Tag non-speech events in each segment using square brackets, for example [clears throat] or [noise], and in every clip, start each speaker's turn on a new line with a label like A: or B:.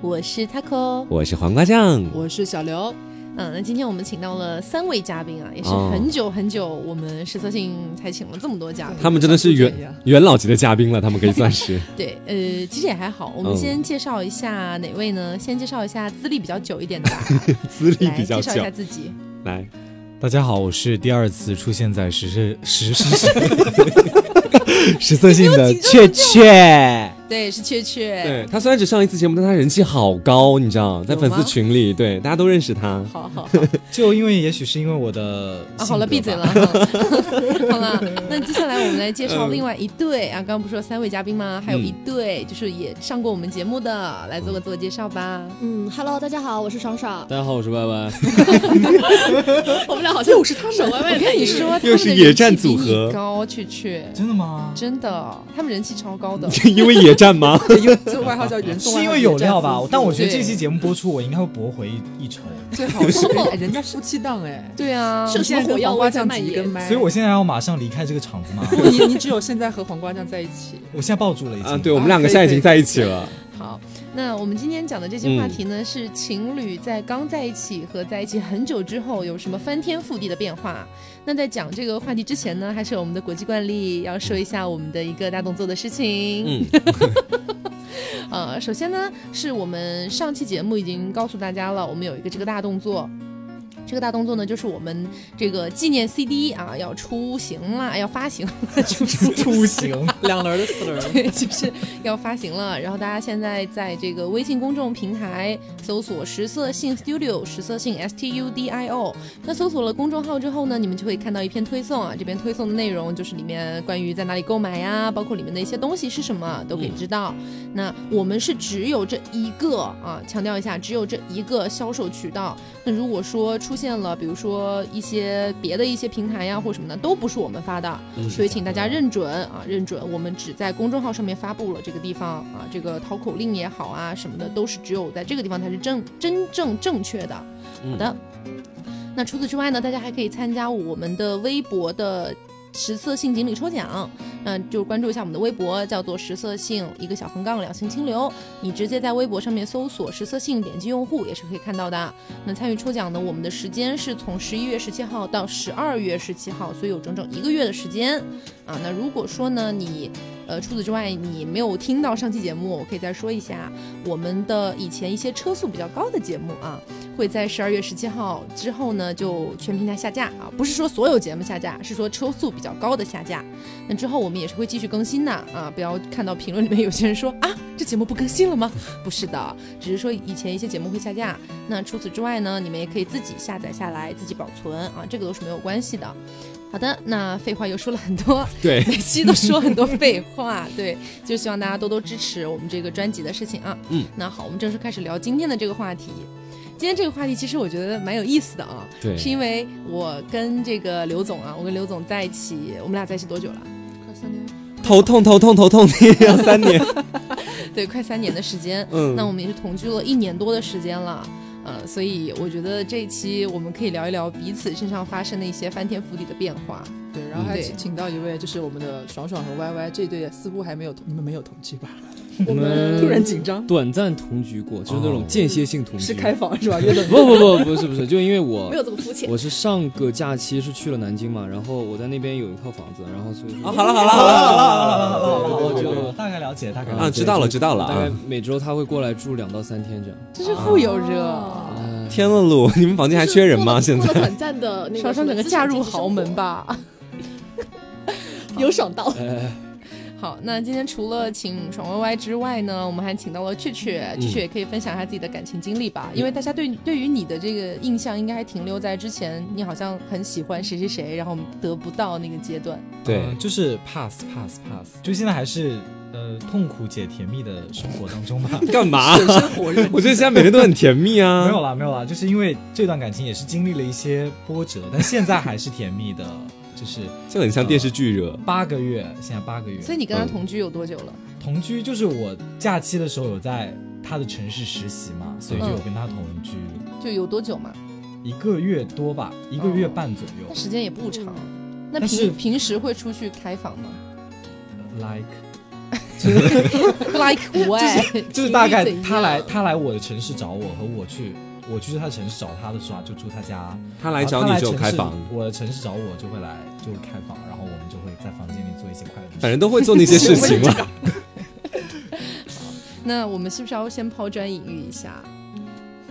A: 我是 Taco，
B: 我是黄瓜酱，
C: 我是小刘。
A: 嗯，那今天我们请到了三位嘉宾啊，也是
B: 哦
A: 很久很久，我们实测性才请了这么多嘉宾。
B: 他们真的是
C: 像猪
B: 元
C: 圈一样
B: 元老级的嘉宾了，他们可以算
A: [laughs]
B: 是
A: 对，呃，其实也还好。我
B: 嗯
A: 们先介绍一下哪位呢？先介绍一下资历比较久一点的吧，啊
B: [laughs] 资历
A: 来
B: 嗯比较
A: 介绍一
B: 久
A: 下。自己。
B: 来，
D: 大家好，我是第二次出现在实事实事实测性的雀雀。
A: 对，是雀雀。
B: 对他虽然只上一次节目，但他人气好高，你知道，在
A: 有
B: 粉丝
A: 吗
B: 群里，对大家都认识他。
A: 好
B: [laughs]
A: 好好，
D: 就因为也许是因为我的
A: 啊，好了，闭嘴了。 [laughs] 好好了，那接下来我们来介绍另外一对啊，刚刚不是说三位嘉宾吗？
B: 嗯
A: 还有一对就是也上过我们节目的，来做个自我介绍吧。
E: 嗯，Hello，大家好，我是爽爽。
D: 大家好，我是歪歪。
E: [laughs] 我们俩好像又是他们，歪
A: 我跟你说，他们
B: 又是
A: 的
B: 野
A: 人气
B: 战
A: 比
B: 组
A: 你
B: 合
A: 高，雀雀，
D: 真的吗？
A: 真的，他们人气超高的。
B: [laughs] 因为野战吗？
C: [laughs] 这个外号叫
D: [laughs]
C: 人送
D: 是
C: 外号
D: 因为有料吧？但我觉得
A: 对
D: 这期节目播出，我应该会驳回一一筹，
C: 最好是哎人家夫妻档哎，
A: 对啊，
E: 是
C: 你现在跟黄瓜酱挤一根麦，
D: 所以我现在要马上离开这个场子嘛。
C: [laughs] 不你你只有现在和黄瓜酱在一起。
D: 我现在抱住了已经。
B: 啊，对，我们两个现在已经在一起了。
A: 好，那我们今天讲的这些话题
B: 嗯
A: 呢，是情侣在刚在一起和在一起很久之后有什么翻天覆地的变化。那在讲这个话题之前呢，还是有我们的国际惯例，要说一下我们的一个大动作的事情。
B: 嗯，
A: 呃，首先呢，是我们上期节目已经告诉大家了，我们有一个这个大动作。这个大动作呢，就是我们这个纪念 CD 啊，要出行了，要发行了，出行
D: 出行，
C: 两轮的四轮的，
A: 对，就是要发行了。然后大家现在在这个微信公众平台搜索“实色性 Studio”，实色性 S T U D I O。那搜索了公众号之后呢，你们就会看到一篇推送啊，这边推送的内容就是里面关于在哪里购买呀、包括里面的一些东西是什么，都可以知道。那我们是只有这一个啊，强调一下，只有这一个销售渠道。那如果说出现了，比如说一些别的一些平台呀、或什么的，都不是我们发的，所以请大家认准啊，认准，我们只在公众号上面发布了这个地方啊，这个淘口令也好啊什么的，都是只有在这个地方才是正真正正确的。好的，那除此之外呢，大家还可以参加我们的微博的。实测性锦鲤抽奖，嗯、就关注一下我们的微博，叫做实测性一个小横杠两性清流。你直接在微博上面搜索实测性，点击用户也是可以看到的。那参与抽奖呢，我们的时间是从十一月十七号到十二月十七号，所以有整整一个月的时间啊。那如果说呢，你呃除此之外你没有听到上期节目，我可以再说一下我们的以前一些车速比较高的节目啊，会在十二月十七号之后呢就全平台下架啊，不是说所有节目下架，是说车速比较高的下架。那之后我们也是会继续更新的啊，不要看到评论里面有些人说啊这节目不更新了吗？ [laughs] 不是的，只是说以前一些节目会下架。那除此之外呢，你们也可以自己下载下来，自己保存啊，这个都是没有关系的。好的，那废话又说了很多，
B: 对，
A: 每期都说很多废话，对，就希望大家多多支持我们这个专辑的事情啊。
B: 嗯，
A: 那好，我们正式开始聊今天的这个话题。今天这个话题其实我觉得蛮有意思的啊，
B: 对
A: 是因为我跟这个刘总啊，我跟刘总在一起，我们俩在一起多久了？
C: 快三年，
B: 头痛头痛头痛，要三年。
A: 对，快三年的时间。
B: 嗯，
A: 那我们也是同居了一年多的时间了，呃，所以我觉得这一期我们可以聊一聊彼此身上发生的一些翻天覆地的变化。
C: 嗯对，然后还
A: 对
C: 请到一位就是我们的爽爽和歪歪这对似乎还没有同，你们没有同 [laughs] 居吧？
F: 我们
C: 突然紧张，
F: 短暂同居过，就是那
B: 哦
F: 种间歇性同
C: [laughs]
F: 居。
C: 是开房
D: [laughs]
C: 是吧？约的
F: 不不不不是不是，就因为
A: 哦
C: [laughs]
F: 我
E: 没有这么肤
A: [laughs]
E: 浅。
F: 我是上个假期是去了南京嘛，然后我在那边有一套房子，然后所以说
B: 啊，好了好了好了好了好了好了好了，
D: 我我大概了解，大概了
B: 啊，
D: 解。
B: 知道了知道了
F: 大概
B: 啊。
F: 每周他会过来住两到三天这样。
A: 这是富有热，
E: 哦 [laughs]
C: [laughs]
F: 哎
B: 天了噜，你们房间还缺人
A: [laughs]
B: 吗？现
E: 过了
B: 在
E: 短暂的那
A: 双双
E: 个什么
A: 整个
E: 资
A: 嫁
E: 产阶
A: 入
E: 级
A: 豪
E: 生
A: 门
E: 活，
A: 吧。
E: 有爽到。
F: 哎，
A: 好，那今天除了请爽歪歪之外呢，我们还请到了雀雀，雀雀也可以分享一下自己的感情经历吧，因为大家对对于你的这个印象应该还停留在之前，你好像很喜欢谁谁谁，然后得不到那个阶段。
B: 对
D: 嗯就是 pass pass pass，就现在还是呃痛苦且甜蜜的生活当中吧。
B: 干嘛？
C: 水深火热，
B: 我觉得现在每天都很甜蜜啊。
D: 没有啦，没有啦，就是因为这段感情也是经历了一些波折，但现在还是甜蜜的。 [laughs] 就是
B: 这很像电视剧热。
D: 八个月，现在八个月，
A: 所以你跟他
B: 嗯
A: 同居有多久了？
D: 同居就是我假期的时候有在他的城市实习
A: 嗯
D: 嘛，所以就有跟他同居、
A: 就有多久嘛？
D: 一个月多吧，一个月半左右
A: 那。时间也不长。那
D: 但是
A: 平平时会出去开房吗？
D: like
A: ，like why？
G: 就是大概
A: 情侣怎
G: 他来
A: 样
G: 他来我的城市找我和我去我去他的城市找他的时候啊就住他家，
B: 他来
G: 然后
D: 啊
B: 找
G: 他
B: 你就
G: 城
B: 开
G: 市
B: 房，
G: 我的城市找我就会来就会开房，然后我们就会在房间里做一些快乐的
A: [laughs]
B: 反
G: 事。
B: 正都会做那些事情了。
A: 那我们是不是要先抛砖引玉一下？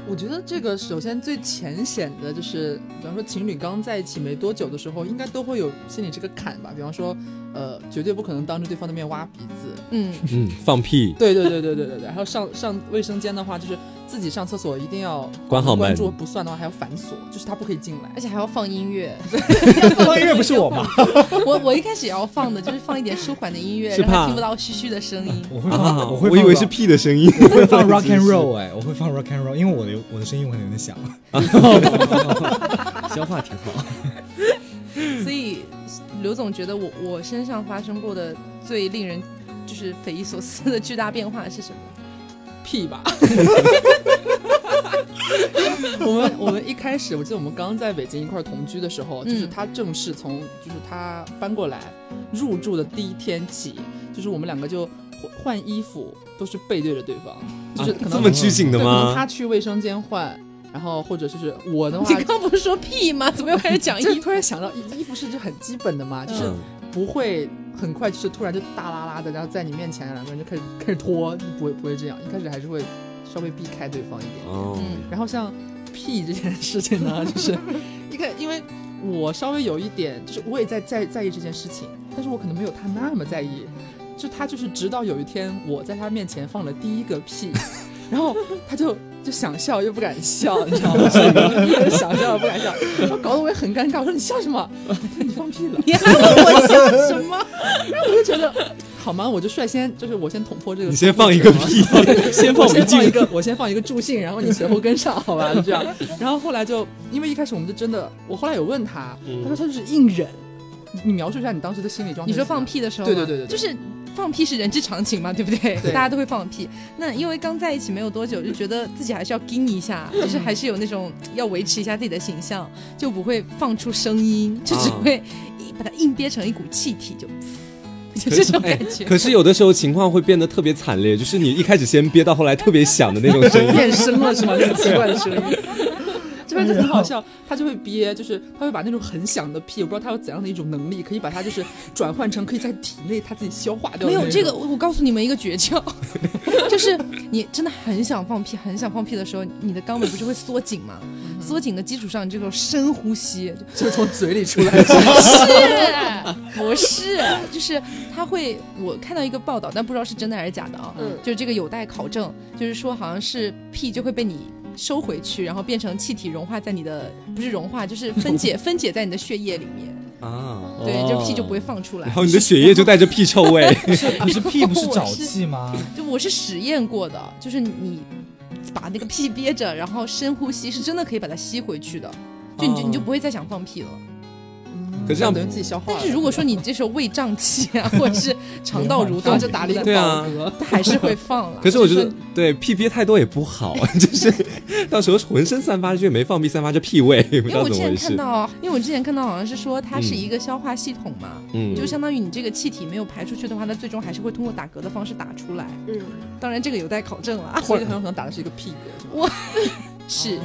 C: 我觉得这个首先最浅显的就是，比方说情侣刚在一起没多久的时候，应该都会有心里这个坎吧。比方说，呃，绝对不可能当着对方的面挖鼻子。
A: 嗯，
B: 嗯，放屁，
C: 对对对对对对对。然后上上卫生间的话，就是自己上厕所一定要
B: 关好
C: 关
B: 门。
C: 住，不算的话还要反锁，就是他不可以进来。
A: 而且还要放音乐。
G: 放音乐不是我吗？
A: 我我一开始也要放的，就是放一点舒缓的音乐，
B: 是
A: 让他
B: 怕
A: 听不到嘘嘘的声音。
G: 我会
B: [laughs]
G: 放，
B: 啊！
G: 我会
B: 我
G: 放
B: 以为
G: rock-
B: 是屁的声音。啊
G: 我会放 rock and
B: [laughs]
G: roll 哎、我会放 rock and roll，因为我的我的声音我可能有点响。
F: 消化挺好。
A: 所以刘总觉得我我身上发生过的最令人就是匪夷所思的巨大变化是什么？
C: 屁
B: [laughs]
C: 吧。 [laughs] 我们我们一开始，我记得我们刚在北京一块儿同居的时候，就是
A: 嗯
C: 他正式从就是他搬过来入住的第一天起，就是我们两个就换换衣服都是背对着对方，就是可能、
B: 啊这么拘谨的
C: 对可能
B: 吗
C: 他？去卫生间换，然后或者就是我的话
A: 你。刚不是说屁吗？怎么又开始讲
C: 就是 [laughs]
A: 衣服？
C: 突然想到衣衣服是就很基本的嘛，就是
B: 嗯，
C: 不会很快就是突然就大拉拉的，然后在你面前两个人就开始开始脱，就不会不会这样，一开始还是会稍微避开对方一点。
B: 哦，
A: 嗯
C: 然后像屁这件事情
A: [laughs]
C: 呢，就是一个因为我稍微有一点，就是我也在在在意这件事情，但是我可能没有他那么在意。就他就是直到有一天我在他面前放了第一个屁，然后他就就想笑又不敢笑，你知道吗？就是 [laughs] 想笑又不敢笑，然后搞得我也很尴尬。我说你笑什么？ [laughs] 你放屁了。
A: 你还问我笑什
C: [laughs]
A: 么？
C: 我就觉得好吗？我就率先就是我先捅破这个，
B: 你先放一个屁，
C: [laughs] 先
B: 放
C: 我先
B: 不进
C: 放一个，我先放一个助兴，然后你随后跟上，好吧？就这样。然后后来就因为一开始我们就真的，我后来有问他，
B: 嗯
C: 他说他就是硬忍。你你描述一下你当时的心理状
A: 你
C: 态是怎么样？
A: 说放屁的时候吗，
C: 对对对对对
A: 就是放屁是人之常情嘛，对不对？ [laughs]
C: 对
A: 大家都会放屁。那因为刚在一起没有多久，就觉得自己还是要盯一下，就是还是有那种要维持一下自己的形象，就不会放出声音，就只
B: 啊
A: 会一把它硬憋成一股气体，就 [laughs] 就这种
C: 哎
A: 感觉。
B: 哎可是有的时候情况会变得特别惨烈，就是你一开始先憋到后来特别响的那种声
C: [laughs]
B: 音。
C: 变声了是吗？那个奇怪的声音。 [laughs] 这边就很好笑，他就会憋，就是他会把那种很响的屁，我不知道他有怎样的一种能力，可以把它就是转换成可以在体内他自己消化掉的那种。
A: 没有这个，我我告诉你们一个诀窍， [laughs] 就是你真的很想放屁，很想放屁的时候，你的肛门不是会缩紧吗？缩紧的基础上，你这种深呼吸， [laughs]
C: 就从嘴
B: [laughs]
C: 里出来，是
A: 是，不是， [laughs] 就是他会，我看到一个报道，但不知道是真的还是假的啊，
E: 嗯
A: 就是这个有待考证，就是说好像是屁就会被你。收回去，然后变成气体融化在你的，不是融化，就是分 [laughs] 解，分解在你的血液里面，
B: 啊，
A: 对，就屁就不会放出来
B: 然。后你的血液就带着屁臭味， [laughs]
G: 你是屁不
A: [laughs]
G: 是沼气吗？
A: 就我是实验过的，就是你把那个屁憋着，然后深呼吸，是真的可以把它吸回去的，就
B: 嗯
A: 你就你就不会再想放屁了。
B: 可是这样
C: 等于自己消化了。
A: 但是如果说你这时候胃胀气啊， [laughs] 或者是肠道蠕
C: 然
A: 动
C: 后，就打了一个
B: 对啊
C: 饱嗝，
A: 它还是会放了。
B: 可是我觉得对屁憋太多也不好， [laughs] 就是到时候浑身散发着没放屁散发着屁味， [laughs] 不知
A: 因为
B: 道
A: 我
B: 怎
A: 之前
B: 么回
A: 看
B: 事。
A: 到，因为我之前看到好像是说它是一个消化系统嘛，
B: 嗯
A: 就相当于你这个气体没有排出去的话，它最终还是会通过打嗝的方式打出来。
E: 嗯，
A: 当然这个有待考证了啊。
C: 所以很有可能打的是一个屁嗝，是吗？
A: [laughs] 是，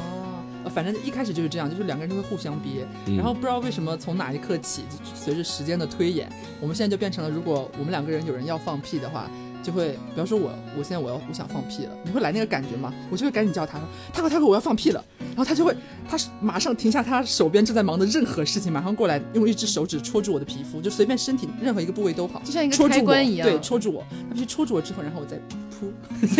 C: 呃反正一开始就是这样，就是两个人就会互相憋，
B: 嗯
C: 然后不知道为什么从哪一刻起，就就随着时间的推演，我们现在就变成了，如果我们两个人有人要放屁的话，就会，比方说我，我现在我要我想放屁了，你会来那个感觉吗？我就会赶紧叫他，他哥他哥我要放屁了，然后他就会，他是马上停下他手边正在忙的任何事情，马上过来用一只手指戳住我的皮肤，就随便身体任何一个部位都好，
A: 就像一个
C: 戳住
A: 开
C: 我
A: 关一样
C: 对，戳住我，他必须戳住我之后，然后我再噗，
A: [laughs]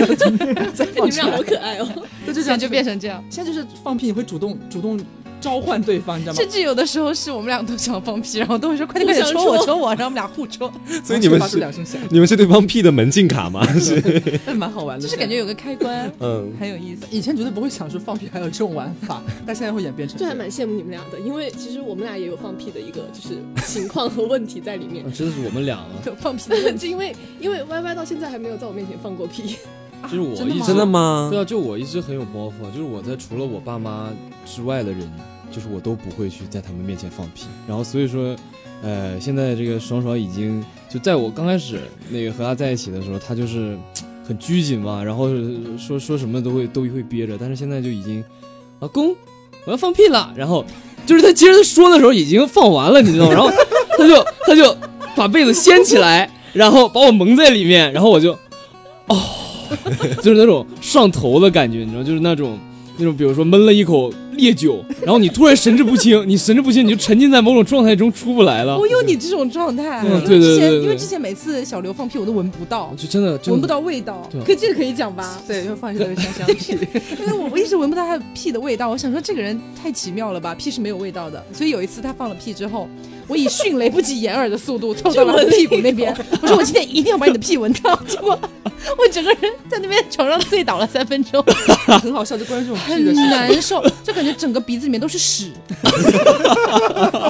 C: 再
E: 你
C: 放
E: 们
C: 出
E: 俩
C: 来
E: 好，可爱哦。
C: 就
A: 现
C: 就这
A: 在
C: 样
A: 就变成 [laughs] 这样。
C: 现在就是放屁，你会主动主动召唤对方，你知道吗
A: 甚？至有的时候是我们俩都想放屁，然后都会说快点快
E: 互
A: 点
E: 相
A: 戳我
E: 戳
A: 戳我，然后我们俩互
F: [laughs]
A: 戳，
B: 所以你们
C: 发出
B: 是
C: 两声响， [laughs]
B: 你们是对方屁的门禁卡吗？是
C: 那蛮好玩的。
A: 就是感觉有个开关， [laughs]
B: 嗯，
A: 很有意思。
C: 以前绝对不会想说放屁还有这种玩法，但现在会演变成
E: 就还
C: 样
E: 蛮羡慕你们俩的，因为其实我们俩也有放屁的一个就是情况和问题在里面
F: 啊。
E: [laughs]
F: 真的是我们
C: [laughs]
F: 俩了，
A: 有放屁的问题
E: 就因为因为 Y Y 到现在还没有在我面前放过屁，
F: 就是我
C: 真的
F: 一
C: 吗
F: 直
B: 真的吗
F: 对？啊，就我一直很有包袱啊，就是我在除了我爸妈之外的人，就是我都不会去在他们面前放屁。然后所以说，呃，现在这个爽爽已经就在我刚开始那个和他在一起的时候，他就是很拘谨嘛，然后是说说什么都会都会憋着，但是现在就已经，老公，我要放屁了。然后就是他其实说的时候已经放完了，你知道吗？然后他就他就把被子掀起来，然后把我蒙在里面，然后我就，哦，就是那种上头的感觉，你知道，就是那种。那种比如说闷了一口烈酒，然后你突然神志不清，你神志不清，你就沉浸在某种状态中出不来了。
A: 我有你这种状态，
F: 嗯
A: 因为
F: [laughs] 对对
A: 之前
F: 对对
A: 因为之前每次小刘放屁我都闻不到
F: 我，就真的真
A: 闻不
F: 的
A: 到味道，
F: 对
E: 可这个可以讲吧？
A: 对，就放
C: 这个香香屁，
A: [laughs] 因为我一直闻不到他的屁的味道，我想说这个人太奇妙了吧，屁是没有味道的。所以有一次他放了屁之后，我以迅雷不及掩耳的速度凑到了他屁股那边，我说我今天一定要把你的屁闻到。结果我整个人在那边床上醉倒了三分钟，
C: 很好笑。就关于这种
A: [laughs]
C: 屁
A: 很
C: 的事情，
A: 难受， [laughs] 就感觉整个鼻子里面都是屎。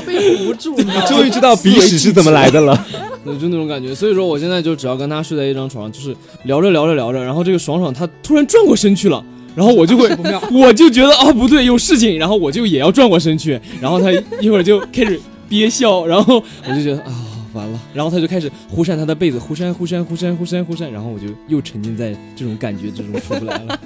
C: 被捂住，你知道吗
F: [laughs]
B: 终于知道鼻屎是怎么来的了。
F: 对就那种感觉。所以说，我现在就只要跟他睡在一张床，就是聊着聊着聊着，然后这个爽爽他突然转过身去了。然后我就会， [laughs] 我就觉得啊不对，有事情，然后我就也要转过身去，然后他一会儿就开始憋笑，然后我就觉得啊完了，然后他就开始忽扇他的被子，忽扇忽扇忽扇忽扇忽扇，然后我就又沉浸在这种感觉之中出不来了。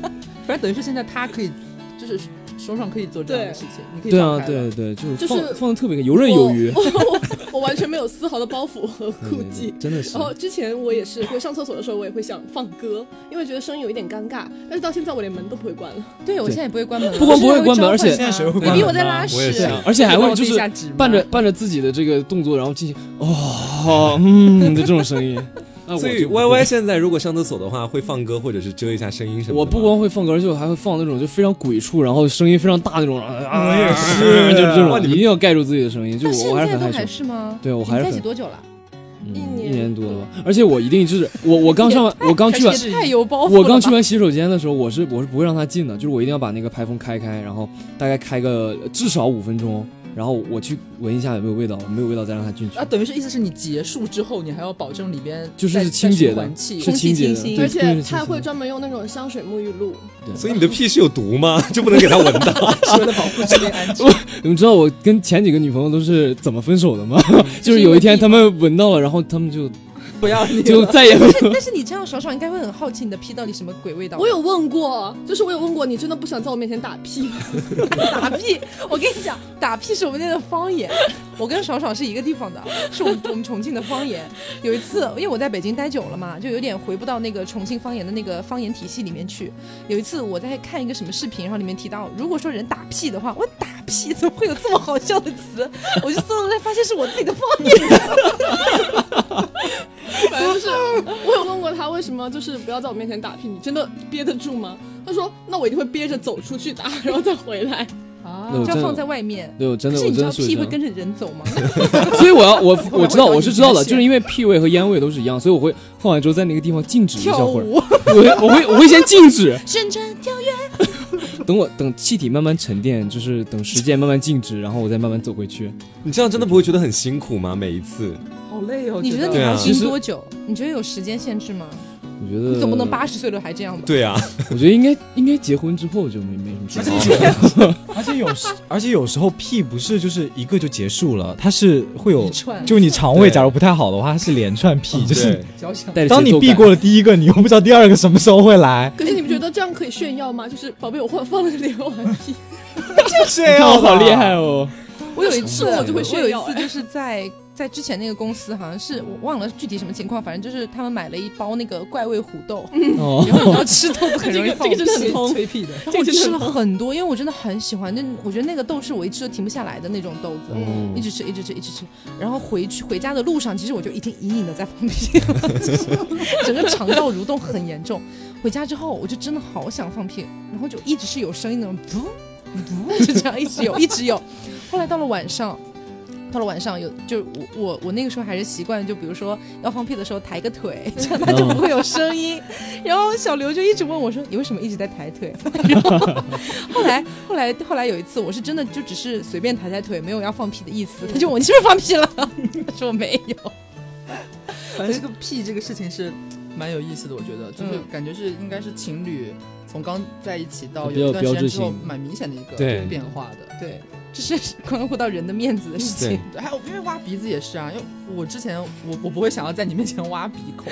C: 反正等于是现在他可以，就是爽爽可以做这样的事情，你可以
F: 对啊，
C: 放开了
F: 对对，就是
E: 就
F: 放
E: 是
F: 放的特别开游刃有余。
E: 我我我完全没有丝毫的包袱和
F: 对
E: 顾
F: 对
E: 忌
F: 对。真的是
E: 然。后之前我也是会上厕所的时候，我也会想放歌，因为觉得声音有一点尴尬。但是到现在我连门都不会关了，
A: 对，我现在也不会关门了，
F: 不光不会关门
A: 我是
F: 而且
A: 会召唤
G: 谁会
A: 他
G: 关
B: [laughs]
A: 你比
G: 门
A: 我在
G: 呢
A: 拉
B: 我
A: 屎
B: 也是
F: 对。啊，而且还会就是伴
C: 伴
F: 着
C: 着
F: 伴着自己的这个动作，然后进行哦，嗯的这种声音。那我
B: 所以
F: 就不会
B: Y Y 现在如果上厕所的话，会放歌或者是遮一下声音什么的吗。
F: 我不光会放歌，而且我还会放那种就非常鬼畜，然后声音非常大那种。啊，
G: 我也是
F: 就是这
B: 哇
F: 种，
B: 你
F: 一
B: 们
F: 定要盖住自己的声音。就
A: 到
F: 我
A: 现
F: 我还是
A: 在
F: 很
A: 都
F: 害
A: 还
F: 羞。
A: 是吗？
F: 对我
A: 你
F: 还
A: 们
F: 是
A: 在一起
F: 很
A: 多久了？
F: 嗯
E: 一
F: 一
E: 年
F: 年多了吧，而且我一定就是我我刚上完我刚去完
A: [laughs] 也太有包袱了吧。
F: 我刚去完洗手间的时候，我是我是不会让他进的，就是我一定要把那个排风开开，然后大概开个呃至少五分钟，然后我去闻一下有没有味道，没有味道再让他进去
C: 啊，。等于是意思是你结束之后，你还要保证里边
F: 就是
C: 再
F: 是清洁的
C: 再循环器
F: 是清洁的，
A: 空气清新
F: 对空
E: 而
F: 气清
E: 且他还
F: 新
E: 会专门用那种香水沐浴露。
B: 所以你的屁是有毒吗？就不能给他闻到？
F: [laughs]
C: 是为了保护自己安全。
F: 你们知道我跟前几个女朋友都是怎么分手的吗？
A: 嗯
F: [laughs] 就是有一天他们闻到了，然后他
A: [laughs]
F: 们就
C: 不要你
F: 就再也没有。
A: 但但是 [laughs] 你这样，爽爽应该会很好奇你的屁到底什么鬼味道。
E: 我有问过，就是我有问过，你真的不想在我面前打屁吗？
A: 打屁，我跟你讲，打屁是我们那的方言。我跟爽爽是一个地方的，是我们我们重庆的方言。有一次，因为我在北京待久了嘛，就有点回不到那个重庆方言的那个方言体系里面去。有一次我在看一个什么视频，然后里面提到，如果说人打屁的话，我打屁怎么会有这么好笑的词？我就搜了，才发现是我自己的方
F: [laughs]
A: 言。
E: 反正就是我有问过他为什么就是不要在我面前打屁，你真的憋得住吗？他说那我一定会憋着走出去打，然后再回来。，
C: 啊
F: 那
A: 就
F: 我真
A: 要
F: 的
A: 放在外面。
F: [laughs] 对，我真
A: 可
F: 的
A: 是
F: 我
A: 你知
F: 真
A: 道
F: 的是
A: 屁
F: 这
A: 会
F: 样。 [laughs]
A: 跟着人走吗？
F: 所以
A: [laughs]
F: 我要我
C: 我
F: 我知道
C: 我
F: 我是知道的，
C: 我
F: 就是因为屁味和烟味都是一样，所以我会放完之后在那个地方静止一
A: 跳
F: 小会儿，
A: 舞，
F: [laughs] 我会我会我会先
A: [laughs]
F: 静止，
A: 旋转跳跃。
F: 等我等气体慢慢沉淀，就是等时间慢慢静止，然后我再慢慢走回去。
B: [laughs] 你这样真的不会觉得很辛苦吗？每一次
C: 好累哦。
A: 你觉得你
B: 对啊
A: 能
F: 其
A: 行
F: 实
A: 多久？你觉得有时间限制吗？
F: 我觉得
A: 你总不能八十岁了还这样吧？
B: 对 [laughs] 啊，
F: 我觉得应该应该结婚之后就没没什么事
G: 而
F: 情
G: 且
F: 了。
G: 而且有时，而且有时候屁不是就是一个就结束了，它是会有
A: 一，串
G: 就你肠胃
B: 对嗯
G: 假如不太好的话，它是连串屁，就是
B: 对
C: 交响
F: 带着
G: 当
F: 节
G: 你
F: 奏
G: 避
F: 感
G: 过了第一个，你又不知道第二个什么时候会来
E: 可是哎你们觉得这样可以炫耀吗？就是宝贝，我换放了刘完屁，
G: 这
F: 你看我
G: 样
F: 好厉害哦！
A: 我有一
E: 是
A: 次，
E: 我就会
A: 我有
E: 炫
A: 一
E: 耀哎
A: 次就是在在之前那个公司，好像是我忘了具体什么情况，反正就是他们买了一包那个怪味虎
E: [laughs]
A: 豆，
F: [laughs] 哦，
A: 然后你要吃豆子很容易放
E: 这个真的很
A: 屁。
E: 痛
C: 吹屁的，
A: 然后我吃了很多，因为我真的很喜欢，那我觉得那个豆是我一吃都停不下来的那种豆子，
F: 嗯
A: 一直吃，一直吃，一直吃。然后回去回家的路上，其实我就已经隐隐的在放屁了， [laughs] 就是整个肠道蠕动很严重。回家之后，我就真的好想放屁，然后就一直是有声音那种，噗噗，就这样一直有，一直有。后来到了晚上。到了晚上有，就是我我我那个时候还是习惯，就比如说要放屁的时候抬个腿，这样它就不会有声音。然后小刘就一直问我说：“你为什么一直在抬腿？”然后后 [laughs] 来后来后来有一次，我是真的就只是随便抬抬腿，没有要放屁的意思。他 [laughs] 就问我你是不是放屁了？ [laughs] 他说我没有。
C: 反正这个屁这个事情是蛮有意思的，我觉得就是感觉是应该是情侣从刚在一起到
F: 比较
C: 有一段时
F: 标
C: 间
F: 志
C: 之后
F: 性
C: 蛮明显的一个
B: 对
C: 变化的。
A: 对，这是关乎到人的面子的 [laughs] 事
C: [laughs]
A: 情。
C: 对还有因为挖鼻子也是啊，因为我之前我我不会想要在你面前挖鼻孔，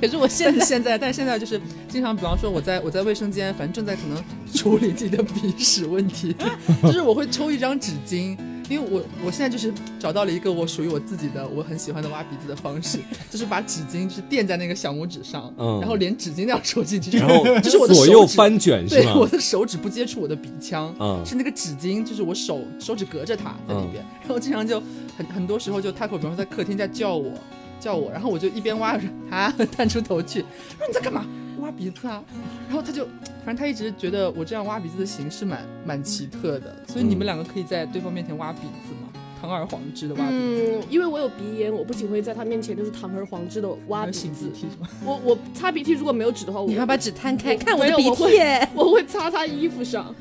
A: 可是我
C: [laughs] 但
A: 现
C: 是
A: 在
C: 现在，但是现在就是经常，比方说我在我在卫生间，反正正在可能 [laughs] 处理自己的鼻屎问题，就是我会抽一张纸巾，因为我我现在就是找到了一个我属于我自己的，我很喜欢的挖鼻子的方式，就是把纸巾就是垫在那个小拇指上，
B: 嗯
C: 然后连指巾那样抽进去，
B: 然后
C: 就是我的
B: 左
C: 手
B: 右
C: 指
B: 翻卷是
C: 对
B: 吗？
C: 我的手指不接触我的鼻腔，
B: 嗯
C: 是那个纸巾，就是我手手指隔着它在
D: 嗯
C: 里边，然后经常就很很多时候就 Taco，比方说在客厅在叫我叫我，然后我就一边挖着啊 [laughs] 探出头去，说你在干嘛？挖鼻子啊，然后他就，反正他一直觉得我这样挖鼻子的形式蛮蛮奇特的，所以你
D: 嗯
C: 们两个可以在对方面前挖鼻子吗？堂而皇之的挖鼻子，
E: 嗯，因为我有鼻炎，我不仅会在他面前就是堂而皇之的挖鼻
C: 擤
E: 子
C: 鼻，涕是吗？
E: 我我擦鼻涕如果没有纸的话，
A: [laughs]
E: 我
A: 你要把纸摊开，
E: 我
A: 看我的
E: 没
A: 鼻
E: 有我会
A: 涕。 [laughs]
E: 我会擦他衣服上。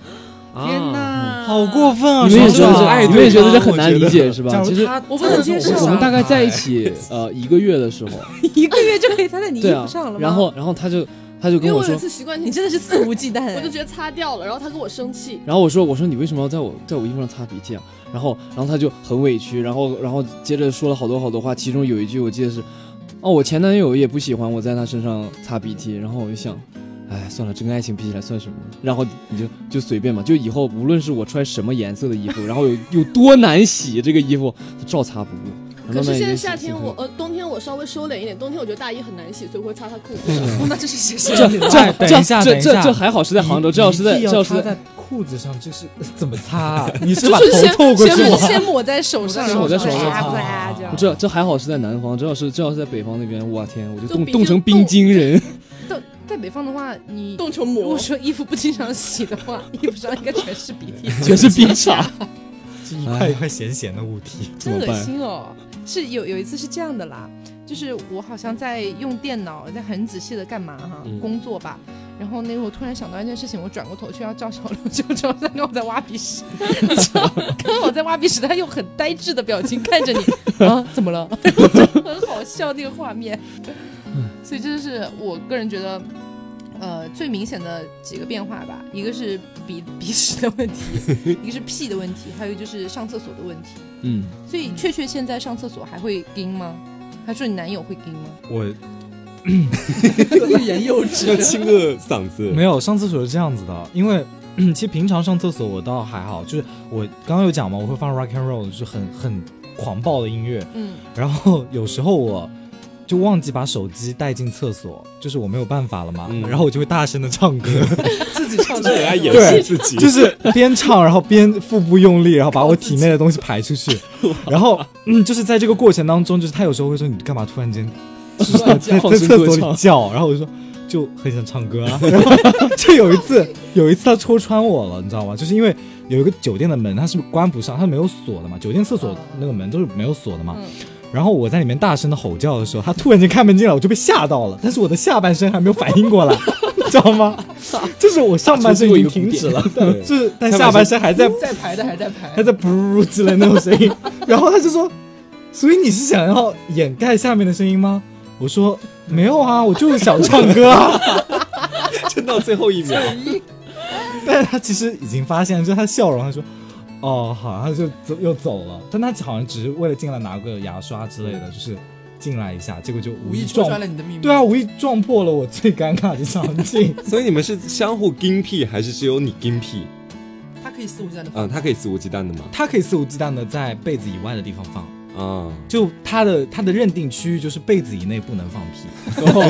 B: 天哪！
D: 好过分啊！
F: 你们也觉得
D: 爽爽
F: 这，你们也觉得这很难理解是吧？其实
E: 我不能接受
F: 我们大概在一 [laughs] 起呃一个月的时候，
A: 一个月就可以擦在你衣
F: 对
A: 服
F: 啊
A: 上了吗？，
F: 然后然后他就他就
E: 因
F: 跟
E: 为
F: 我
E: 我有
F: 说
E: 一，次习惯
A: 你
E: 性，
A: 真的是肆无忌惮 [laughs] 哎。
E: 我就直接擦掉了，然后他跟我生气，
F: 然后我说我说你为什么要在我在我衣服上擦鼻涕啊？然后然后他就很委屈，然后然后接着说了好多好多话，其中有一句我记得是，哦我前男友也不喜欢我在他身上擦鼻涕，然后我就想。哎，算了，这跟爱情比起来算什么呢？然后你就就随便吧，就以后无论是我穿什么颜色的衣服，然后有有多难洗这个衣服，他照擦不误。然
E: 可
F: 后慢慢
E: 是现
F: 也
E: 在
F: 就
E: 夏
F: 洗
E: 天
F: 洗
E: 我呃冬天我稍微收敛一点，冬天我觉得大衣很难洗，所以我会擦擦裤
F: [laughs]
E: 子。
A: 哦那这是谁谁
F: 这
D: 哎
F: 这
D: 等一下
F: 这
D: 等一
F: 这
D: 下
F: 这还好是在杭州，这要是在
D: 鼻涕
F: 这要是
D: 插
F: 在
D: 在裤子上，就是 [laughs] 怎么擦
F: [laughs]
D: 啊？你是把
A: 就是先
D: 头凑过去
A: 先
D: 吗？
A: 先
E: [laughs]
A: 抹在手上，
F: 抹在手上
A: 然后啪啪这样
F: 这这还好是在南方，这要是这要是在北方那边，我天，我就
E: 就
F: 冻
E: 比较
F: 冻成冰
E: 冻
F: 晶人。
A: 在在北方的话，你
E: 冻成
A: 如
E: 膜
A: 果，说衣服不经常洗的话， [laughs] 衣服上应该全是鼻涕，
F: 全是冰
E: [laughs]
F: 碴，
D: 这一块一块咸咸的物体，
F: 怎
A: 真
F: 么
A: 恶
F: 办？
A: 心哦。是有有一次是这样的啦，就是我好像在用电脑，在很仔细的干嘛哈，
B: 嗯
A: 工作吧。然后那个我突然想到一件事情，我转过头去要叫小刘，结果小刘在跟我在挖鼻
F: [laughs]
A: 屎，你知道，跟我在挖鼻屎，他用很呆滞的表情看着你，啊，怎么了？ [laughs] 然后就很好笑那个画面。所以这就是我个人觉得，呃，最明显的几个变化吧，一个是鼻鼻屎的问题，一个是屁的问题，还有就是上厕所的问题。
F: 嗯，
A: 所以雀雀现在上厕所还会盯吗？他说你男友会盯吗？
D: 我
C: 欲言又止。
B: 要清个嗓子，
D: 没有上厕所是这样子的，因为 [clears throat] 其实平常上厕所我倒还好，就是我刚刚有讲嘛，我会放 rock and roll，就是很很狂暴的音乐，
A: 嗯，
D: 然后 [laughs] 有时候我就忘记把手机带进厕所，就是我没有办法了嘛，
B: 嗯
D: 然后我就会大声的唱歌，
C: 自己唱
B: 这人家演
D: 对
B: 戏自己，
D: 就是边唱然后边腹部用力，然后把我体内的东西排出去，然后嗯，就是在这个过程当中，就是他有时候会说你干嘛突然间
F: 乱
D: 在
F: 放
D: 在
F: 声
D: 厕
F: 歌
D: 所 [laughs]
F: 唱哦
D: 里叫，然后我就说就很想唱歌啊。 [laughs] 然后就有一次，有一次他戳穿我了，你知道吗？就是因为有一个酒店的门，它是关不上，它没有锁的嘛。酒店厕所那个门都是没有锁的嘛。
A: 嗯
D: 然后我在里面大声的吼叫的时候，他突然间开门进来，我就被吓到了，但是我的下半身还没有反应过来，你知道吗？就是我上半身已经停止了，但
B: 对
D: 就是但下半身还在
C: [laughs] 在排的还在排
D: [laughs] 他，在噗之类那种声音，然后他就说，所以你是想要掩盖下面的声音吗？我说没有啊，我就是想唱歌啊。
B: [laughs]
D: [laughs]
B: 撑到最后一秒，
D: 但是他其实已经发现，就是他笑容，他说，哦好，他就走又走了。但他好像只是为了进来拿个牙刷之类的，就是进来一下，结果就
C: 无
D: 无
C: 意
D: 意
C: 戳
D: 撞
C: 穿了。你的秘密。
D: 对啊，无意撞破了我最尴尬的场景。
B: 所以你们是相互盯屁，还是只有你盯屁？
C: 他可以肆无忌惮的
B: 嗯，他可以肆无忌惮的吗？
D: [laughs] 他可以肆无忌惮的在被子以外的地方放，
B: 啊，
D: 就他的他的认定区域就是被子以内不能放屁。
F: 然后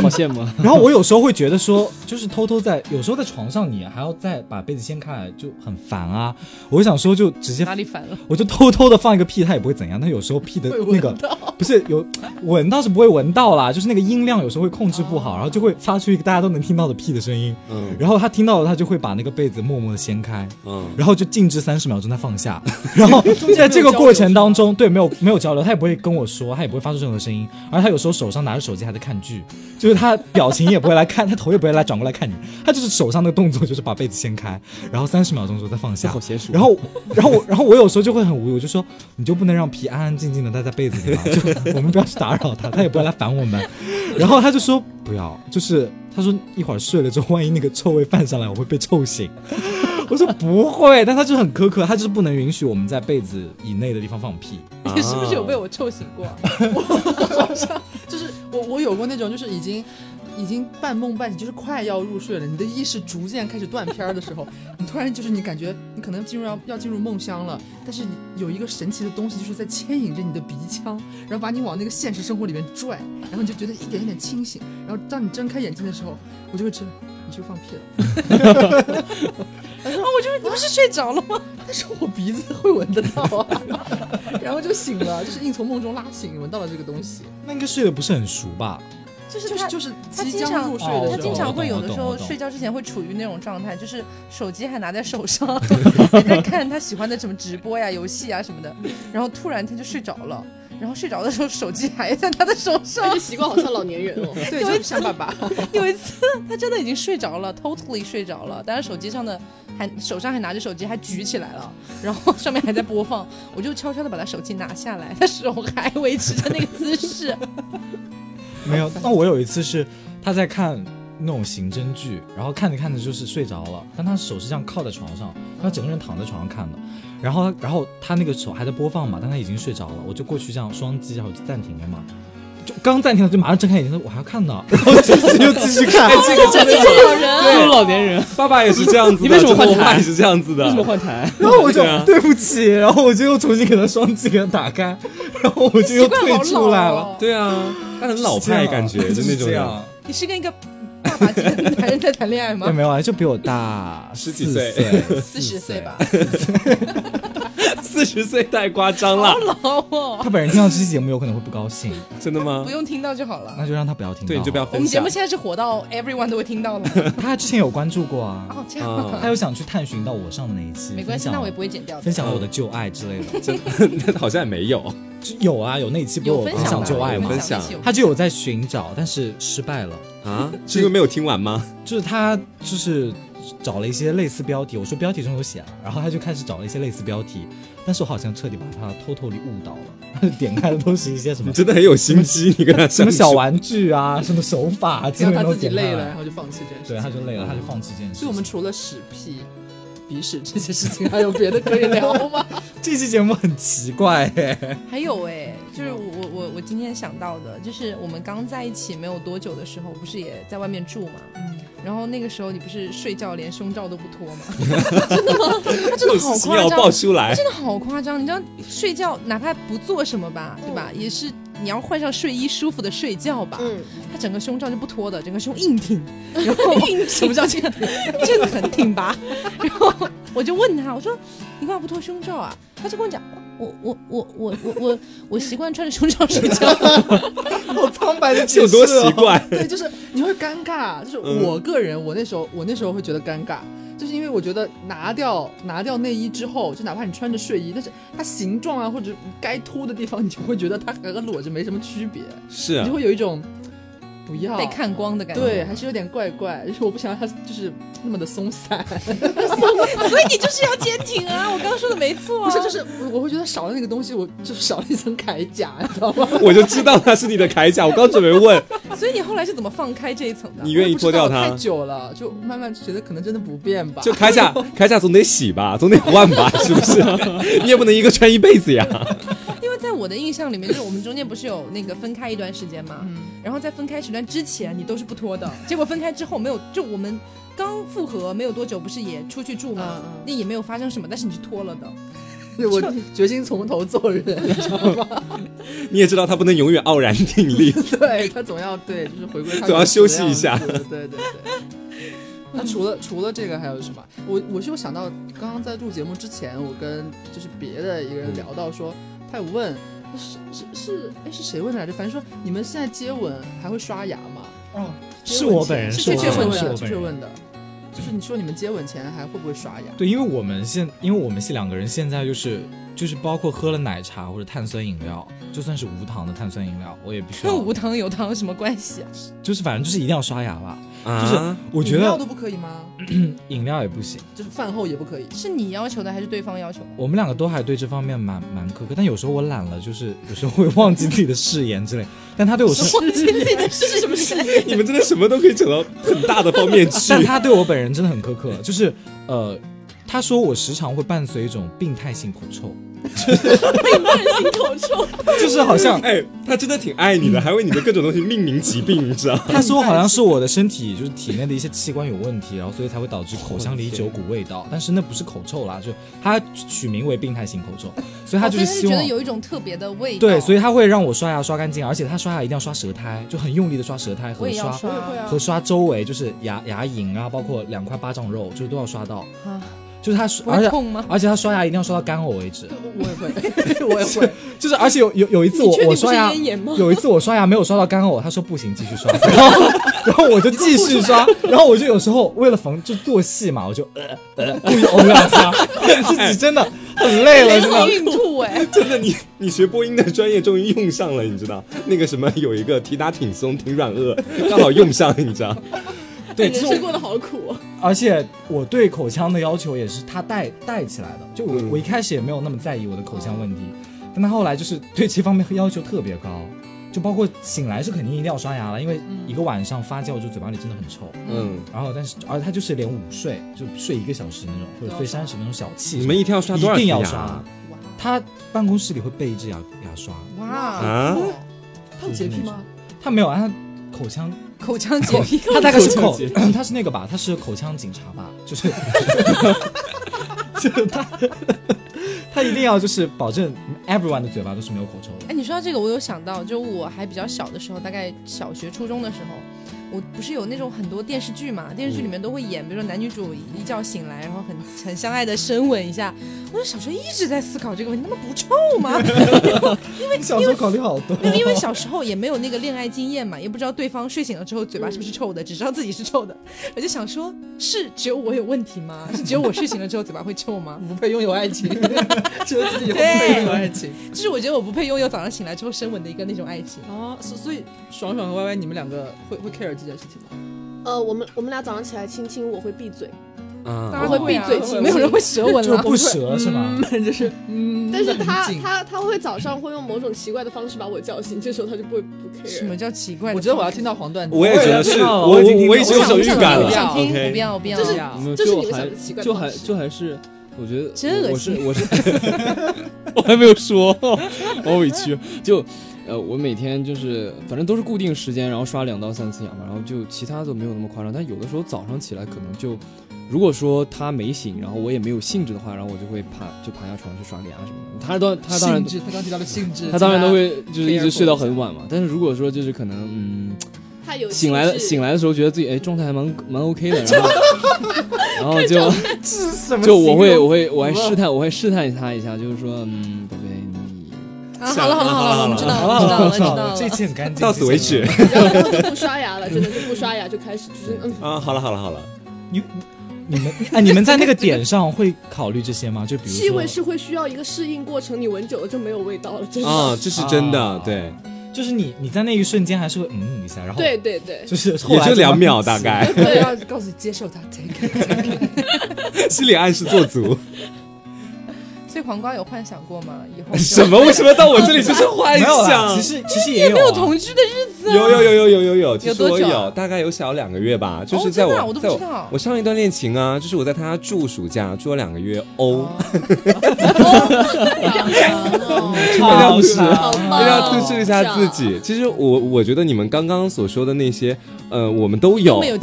F: 好羡慕啊。
D: 然后我有时候会觉得说，就是偷偷在有时候在床上，你还要再把被子掀开来，就很烦啊。我就想说，就直接
A: 哪里烦了？
D: 我就偷偷的放一个屁，他也不会怎样。但有时候屁的那个不是有闻到是不会闻到啦，就是那个音量有时候会控制不好，然后就会发出一个大家都能听到的屁的声音。
B: 嗯
D: 然后他听到了，他就会把那个被子默默的掀开， [laughs]
B: 嗯，
D: 然后就静置三十秒钟再放下， [laughs] 然后在这个过程当中，对，没有没有交流，他也不会跟我说，他也不会发出任何声音，而他有时候手上拿着手机还在看剧，就是他表情也不会来看，他头也不会来转过来看你，他就是手上那个动作就是把被子掀开，然后三十秒钟之后再放下
F: 好。娴熟。
D: [laughs] 然后，然后我，然后我有时候就会很无语，我就说你就不能让皮安安静静的待在被子里吗？就我们不要去打扰他，他也不会来烦我们。然后他就说不要，就是他说一会儿睡了之后，万一那个臭味犯上来，我会被臭醒。 [laughs] 我说不会，但他就是很苛刻，他就是不能允许我们在被子以内的地方放屁。
B: 啊
E: 你是不是有被我臭醒过啊？
C: 就是我我有过那种就是已经已经半梦半醒，就是快要入睡了，你的意识逐渐开始断片儿的时候，你突然就是你感觉你可能进入要要进入梦乡了，但是你有一个神奇的东西就是在牵引着你的鼻腔，然后把你往那个现实生活里面拽，然后你就觉得一点一点清醒，然后当你睁开眼睛的时候，我就会知道你是不是放屁了，
E: [laughs]
C: [laughs]
E: 啊我就是你不是睡着了吗？
C: 但是我鼻子会闻得到啊， [laughs] 然后就醒了，就是硬从梦中拉醒，闻到了这个东西，
D: 那应该睡得不是很熟吧？
A: 就是
C: 就
A: 他
C: 是就是
A: 他
C: 即
A: 经
C: 将
A: 常
C: 入睡
D: 哦
C: 的
A: 他
C: 时
A: 经
C: 候。
A: 常会有
D: 我
A: 的
D: 懂
A: 时
D: 我
A: 候
D: 懂
A: 睡觉之前会处于那种状态， [laughs] 就是手机还拿在手上， [laughs] 还在看他喜欢的什么直播呀、游戏啊什么的，然后突然他就睡着了，然后睡着的时候手机还在他的手
E: 这
A: 上 [laughs]
E: 个。习惯好像老年人哦。
C: 对，就是像爸爸，
A: 有一次他真的已经睡着了，totally 睡着了，但是手机上的还手上还拿着手机还举起来了，然后上面还在播放，我就悄悄的把他手机拿下来，他手还维持着那个姿势。
D: 没有。那我有一次是他在看那种刑侦剧，然后看着看着就是睡着了，但他手是这样靠在床上，他整个人躺在床上看的。然后，然后他那个手还在播放嘛，但他已经睡着了，我就过去这样双击，然后就暂停了嘛。就刚暂停了，就马上睁开眼睛，我还要看呢，然后继续又继续看
B: 哎，，这个真的是
E: 老
F: [laughs]
E: 人
F: 这种老年
D: 啊
F: 人，
B: 爸爸也是这样子的，
F: 你为什么换
B: 我爸
F: 台
B: 也是这样子的？
F: 为什么换台？
D: 然后我就
B: 对啊
D: 对不起，然后我就又重新给他双击给他打开，然后我就又
A: 习惯
D: 退
A: 好
D: 出来
A: 老
D: 了
A: 哦。
B: 对啊，他很老派感觉
D: 就
B: 就是那
D: 这
B: 种人
D: 样。啊
A: 你是跟一个爸爸级的男人在谈恋爱吗
D: [laughs] 也？没有啊，就比我大
B: 十几
D: 四
B: 岁
D: 岁，
A: 四十岁吧。
B: 四十岁太夸张了，
A: 老哦，
D: 他本人听到这期节目有可能会不高兴，
B: 真的吗
A: 不？用听到就好了。
D: 那就让他不要听到。
B: 对，你就不要
A: 我
B: 分
A: 们节
B: 享
A: 目。现在是火到 everyone 都会听
D: [laughs]
A: 到了。
D: 他之前有关注过啊，
A: 哦，这样啊
D: 他有想去探寻到我上的那一期，
A: 没关系，
D: 分享
A: 那我也不会剪掉的
D: 分。享我的旧爱之类的。
B: 那好像也没有，
D: 就有啊，有那一期不是
A: 有
D: 我
A: 分
D: 分享
A: 吧
D: 旧爱
A: 有
D: 吗
B: 分？
A: 享
B: 享
A: 一起有
D: 他就有在寻找，但是失败了。
B: 啊？是因为没有听完吗？
D: 就是他就是找了一些类似标题，我说标题中有写啊，然后他就开始找了一些类似标题，但是我好像彻底把他偷偷的误导了，点开的都是一些什么
B: 你真的很有心机，你跟他
D: 什
B: 相
D: 么
B: 处
D: 小玩具啊，什么手法啊，基
C: 让
D: 本
C: 他
D: 上都
C: 自己
D: 点开
C: 累了，然，后就放弃这件事情。
D: 对，他就累了，他就放弃这件事情。
C: 所以我们除了屎屁、鼻屎这些事情，还有别的可以聊吗？ [laughs]
D: 这期节目很奇怪哎、
A: 还有哎，就是我我我我今天想到的，就是我们刚在一起没有多久的时候，不是也在外面住嘛？
D: 嗯
A: 然后那个时候你不是睡觉连胸罩都不脱
D: [laughs]
A: 吗？ [laughs]
B: 这种事情要
A: 啊
B: 爆出
C: 哎
B: 来，
A: 真的好夸张！你知道睡觉哪怕不做什么吧，
C: 嗯
A: 对吧？也是你要换上睡衣舒服的睡觉吧。
E: 嗯，
A: 他整个胸罩就不脱的，整个胸硬
C: [laughs]
A: 挺，然后什么叫这样？真的很挺拔。 [laughs] 然后我就问他，我说你干嘛不脱胸罩啊？他就跟我讲，我我我我我我我习惯穿着胸罩睡觉。
D: 好苍白的
B: 有多奇怪？
C: 对，就是你会尴尬。就是
D: 嗯
C: 我个人，我那时候我那时候会觉得尴尬，就是因为我觉得拿掉拿掉内衣之后，就哪怕你穿着睡衣，但是它形状啊或者该凸的地方，你就会觉得它和裸着没什么区别，
B: 是
C: 你
B: 啊
C: 就，会有一种不要
A: 被。看光的感觉，
C: 对，还是有点怪怪，就是我不想让它就是那么的松
B: [laughs]
C: 散，
A: 啊所以你就是要坚挺啊！我刚刚说的没错、啊，
C: 不是，就是我我会觉得少了那个东西，我就少了一层铠甲，你知道吗？
B: 我就知道他是你的铠甲，我刚准备问
A: 所以你后来是怎么放开这一层的？
B: 你愿意脱掉它
C: 太，久了，就慢慢觉得可能真的不变吧。 [laughs]
B: 就铠甲，铠甲总得洗吧，总得换吧， [laughs] 是不是？你也不能一个穿一辈子呀。
A: 因为在我的印象里面，就是我们中间不是有那个分开一段时间嘛，然后在分开时段之前你都是不脱的，结果分开之后没有，就我们刚复合没有多久，不是也出去住嘛
C: 嗯嗯，
A: 那、也没有发生什么，但是你是脱了的，
C: 对我决心从头做人，
B: 你也知道他不能永远傲然挺立，
C: 对他总要对，就是回归他
B: [laughs] 总要休息一下
C: 原始的样子对对对。那除了除了这个还有什么？我我是有想到，刚刚在录节目之前，我跟就是别的一个
B: 嗯
C: 人聊到说，他有问是是是，哎是谁问的来着？反正说你们现在接吻还会刷牙吗？
D: 哦，是我本人，
C: 是
D: 我
C: 确确
D: 本
C: 问
D: 人，是
C: 的，
D: 我
C: 确
D: 本
C: 确
D: 人。
C: 问的。就是你说你们接吻前还会不会刷牙？
D: 对，因为我们现，因为我们系两个人现在就是就是包括喝了奶茶或者碳酸饮料，就算是无糖的碳酸饮料，我也必须
A: 跟
D: 要，
A: 无糖有糖有什么关系啊？ [laughs]
D: 就是反正就是一定要刷牙吧。
B: 啊
D: 我觉
C: 饮料
D: 得
C: 都不可以吗？
D: [clears throat] 饮料也不行，
C: 就是饭后也不可以。
A: 是你要求的还是对方要求的？ [laughs]
D: 我们两个都还对这方面蛮蛮苛刻，但有时候我懒了，就是有时候会忘记自己的誓言之类。但他对我是，
A: 忘记自己的是什么事？
B: 你们真的什么都可以扯到很大的方面去
D: [laughs] 但。他对我本人真的很苛刻，就是呃，他说我时常会伴随一种病态性口臭，
E: 心口臭，
D: [laughs] 就是好像
B: [laughs] 哎，他真的挺爱你的，还为你的各种东西命名疾病，你知道 [laughs] 吗？
D: 他说好像是我的身体就是体内的一些器官有问题，然后所以才会导致口腔里有股味道，但是那不是口臭啦，就他取名为病态性口臭，所以他
A: 哦
D: 就
A: 所以
D: 是
A: 他
D: 希
A: 觉得
D: 望。
A: 有一种特别的味道。
D: 对，所
A: 以
D: 以他会让我刷牙刷干净，而且他刷牙一定要刷舌苔，就很用力的刷舌苔
A: 我
D: 和
A: 也要
D: 刷
A: 刷啊
D: 和刷周围，就是牙牙龈啊，包括两块巴掌肉，就是都要刷到。
A: 啊，
D: 就是他
A: 不
D: 刷，而
A: 会
D: 且
A: 痛吗？
D: 而且他刷牙一定要刷到干呕为止。
C: 我也会，我也会，
D: [laughs] 就是而且有有有一次
E: 你
D: 我
E: 确定
D: 我
E: 不是
D: 刷牙
E: 咽，炎吗？
D: 有一次我刷牙没有刷到干呕，他说不行，继续刷，然后然后我就继续刷，然后我就有时候为了防就做戏嘛，我就呃呃故意呕两下， [laughs] 自己真的很累了，真的。
E: 孕吐哎，
B: 真的，你你学播音的专业终于用上了，你知道那个什么有一个提打挺松挺软腭，刚好用上，你知道？
D: 对，
E: 你
D: 这
E: 人
D: 种
E: 生过得好苦哦，
D: 而且我对口腔的要求也是他带带起来的，就我、
B: 嗯
D: 我一开始也没有那么在意我的口腔问题，但他后来就是对这方面要求特别高，就包括醒来是肯定一定要刷牙了，因为一个晚上发酵就嘴巴里真的很臭。
B: 嗯，
D: 然后但是而他就是连午睡就睡一个小时那种，或者睡三十分钟小憩，
B: 你们一天要刷多少
D: 一
B: 次
D: 定要
B: 牙
D: 刷？。他办公室里会备一支牙牙刷，
A: 哇，
B: 啊？
C: 他有洁癖吗？
D: 他没有，他口腔
A: 口腔洁癖，
D: [laughs] 他大概是口嗯
F: 口，
D: 他是那个吧，他是口腔警察吧，就是，
B: [laughs]
D: 就是他，他一定要就是保证 everyone 的嘴巴都是没有口臭的。
A: 哎，你说到这个，我有想到，就我还比较小的时候，大概小学、初中的时候，我不是有那种很多电视剧嘛，电视剧里面都会演，比如说男女主一觉醒来，然后很很相爱的深吻一下。我就小时候一直在思考这个问题，他们不臭吗？ [laughs]
D: 你小时候考虑好多，
A: 没有，因为小时候也没有那个恋爱经验嘛，也不知道对方睡醒了之后嘴巴是不是臭的，只知道自己是臭的。我就想说，是只有我有问题吗？是只有我睡醒了之后嘴巴会臭吗？
C: 不配拥有爱情，
B: [laughs]
C: 觉得自己不
A: 对
C: 配拥有爱情。
A: 就是我觉得我不配拥有早上醒来之后深吻的一个那种爱情。
C: 啊，
E: 哦
C: 所所以爽爽和歪歪，你们两个会会 care 这件事情吗？
E: [laughs] 呃，我们我们俩早上起来亲亲，我会
F: [laughs]
E: 闭嘴，
A: 当
B: 啊，
A: 然
E: 我会
A: 会
E: 闭
A: 啊
E: 嘴亲，
A: 没有人会舌吻
D: 就
A: 了。
D: 不舌是吗？
C: 嗯就是嗯，
E: 但是他
C: 很紧
E: 他他会早上会用某种奇怪的方式把我叫醒，这时候他就不会不 care
A: 什。么叫奇怪的方式？
C: 我觉得我要听到黄段子，
B: 我也觉得是，我
D: 我已经
B: 我我已经
A: 我
B: 有
A: 想
B: 种
A: 我
B: 预
A: 想
B: 感
A: 我
B: 了
A: 不。想听，
B: OK
A: 我不要，我不要。
E: 就是
C: 呀
F: 没有
E: 这是
F: 就
E: 你们
F: 还
E: 想的奇怪
F: 就
E: 方
F: 还
E: 式
F: 就还是，我觉得
A: 真恶
F: 我
A: 心
F: [laughs] 我是我是我还没有说，好委屈。就呃，我每天就是反正都是固定时间，然后刷两到三次牙嘛，然后就其他都没有那么夸张。但有的时候早上起来可能就，如果说他没醒，然后我也没有兴致的话，然后我就会爬就爬下床去刷个牙什么的。他当他当然
C: 性质，他刚提到的性质，
F: 他当然都
C: 会。
F: 会就是一直睡到
C: careful 一下
F: 很晚嘛。但是如果说就是可能嗯。
E: 他有
F: 醒来了，醒
E: 来，
F: 来的时候觉得自己哎状态还蛮蛮 OK 的，然后然后就就我会我会我还试探我会试探他一下，就是说嗯宝贝你
A: 啊，好了好了好了，我们知道了，
D: 啊
A: 我们知道了，我知道了。
D: 哦这期很干净，
B: 到此为止。
E: 然后他就 [laughs] 不刷牙了，真的是不刷牙就开始就是嗯，
B: 啊，好了好了好了，
D: 你你们哎，你们在那个点上会考虑这些吗？就比
E: 气
D: 如
E: 味
D: 说，
E: 是会需要一个适应过程，你闻久了就没有味道了，
A: 嗯
E: 真的。
B: 啊，这是真的
D: 啊，
B: 对，
D: 就是你你在那一瞬间还是会嗯一下，然后
E: 对，对对，
D: [laughs] 就是后
B: 也
D: 来
B: 就两
D: 慢慢
B: 秒
D: 习
B: 大
D: 惯
B: 概，
C: 我要告诉你接受他 take it。
B: 心理暗示做
D: [laughs]
B: 足。
A: 所以黄瓜有幻想过吗？以
B: [laughs]
C: [laughs]
A: 后
B: 什么？为什么到我这里就是幻
D: 没有啦，
B: 想
D: 其？实其实也有、
A: 没
D: 啊、
A: 有同居的日子啊？
B: 有有有有有有有，其实
A: 多
B: 我
A: 久啊
B: 有，大概有小两个月吧，就是在
A: 真的啊我都不
B: 在
A: 知道
B: 我我上一段恋情啊，就是我在他住暑假住了两个月，哦，
A: 哦
D: 超
E: 好
D: 傻。
B: [laughs]
E: 棒
B: 大家突出一下自。己。其实我我觉得你们刚刚所说的那些，呃，我们都有
A: 没有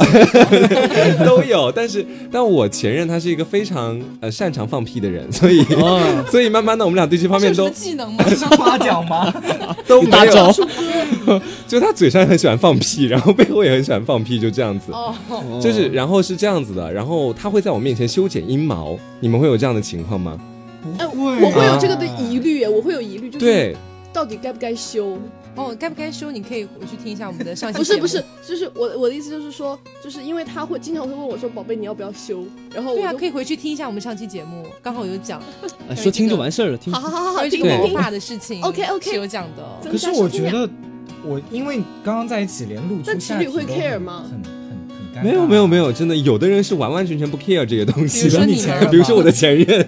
B: [laughs] 都有，但是但我前任他是一个非常呃擅长放屁的人，所以
A: 哦
B: 所以慢慢的我们俩对这方面
A: 有什
B: 都
A: 么技能吗？
D: 是
B: [laughs]
D: 夸奖吗？
B: 都没有， [laughs] 就他嘴上很喜欢放屁，然后背后也很喜欢放屁，就这样子。
A: 哦，
B: 就是，然后是这样子的，然后他会在我面前修剪阴毛，你们会有这样的情况吗？
E: 哎，
D: 嗯
E: 我会有这个
D: 啊
E: 的疑虑，我会有疑
A: 嗯
E: 虑，就是
B: 对，
E: 到底该不该修？
A: 哦，该不该修？你可以回去听一下我们的上期
E: 不是
A: 节目
E: 不是，，就是我我的意思就是说，就是因为他会经常会问我说，宝贝你要不要修？然后
A: 对
E: 我
A: 啊，可
E: 就
A: 以回去听一下我们上期节目，刚好有讲
F: 哎说听就完事儿了，听
E: 好好好好好，
A: 关于这
E: 听
A: 个
E: 听
A: 毛
E: 听。
A: 发的事情
E: OK，OK
A: 是有讲的。哦
E: 增
D: 可是
E: 加
D: 我
E: 收听
D: 觉
E: 量
D: 得我因为刚刚在一起连露出
E: 但情
D: 下
E: 侣
D: 体
E: 会
D: 都
E: care
D: 很
E: 吗
D: 很很很尴尬。
B: 没有没有没，有，真的， [laughs] 有的人是完完全全不 care 这个东
A: 比
B: 西
A: 如
B: 的
A: 说你呢，
B: 比如说我的前任，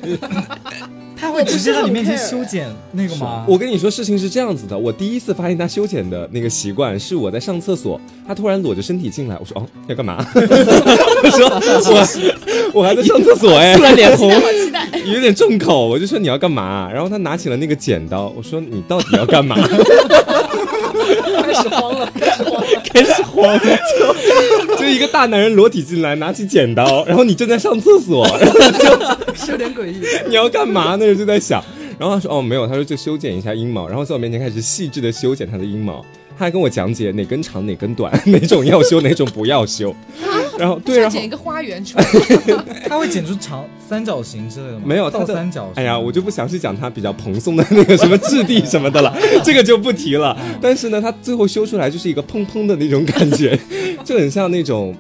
D: 他
E: 我不
D: 直接
E: 是
D: 在
E: 很
D: 你面前
E: care
D: 修剪那个吗？
B: 我跟你说，事情是这样子的，我第一次发现他修剪的那个习惯是我在上厕所，他突然裸着身体进来，我说哦要干嘛？我说我我还在上厕所
E: [laughs]
B: 哎，突然脸红，
E: 好期待。
B: 有点重口，我就说你要干嘛？然后他拿起了那个剪刀，我说你到底要干嘛？
E: 开始慌
B: [laughs]
E: 了，开始慌了。
B: 开始慌了， [laughs] 就就一个大男人裸体进来，拿起剪刀，然后你正在上厕所，然后
C: 是有点诡异。
B: [laughs] 你要干嘛呢？就在想，然后他说哦没有，他说就修剪一下阴毛，然后在我面前开始细致的修剪他的阴毛，他还跟我讲解哪根长哪根短， [laughs] 哪种要修哪种不要修，然后对，
A: 像
B: 然后
A: 剪一个花园出来，
D: 它会剪出长三角形之类的吗？
B: 没有它
D: 倒
B: 的
D: 三角形。
B: 哎呀，我就不详细讲他比较蓬松的那个什么质地什么的了， [laughs] 这个就不提了。但是呢，他最后修出来就是一个砰砰的那种感觉， [laughs] 就很像那种，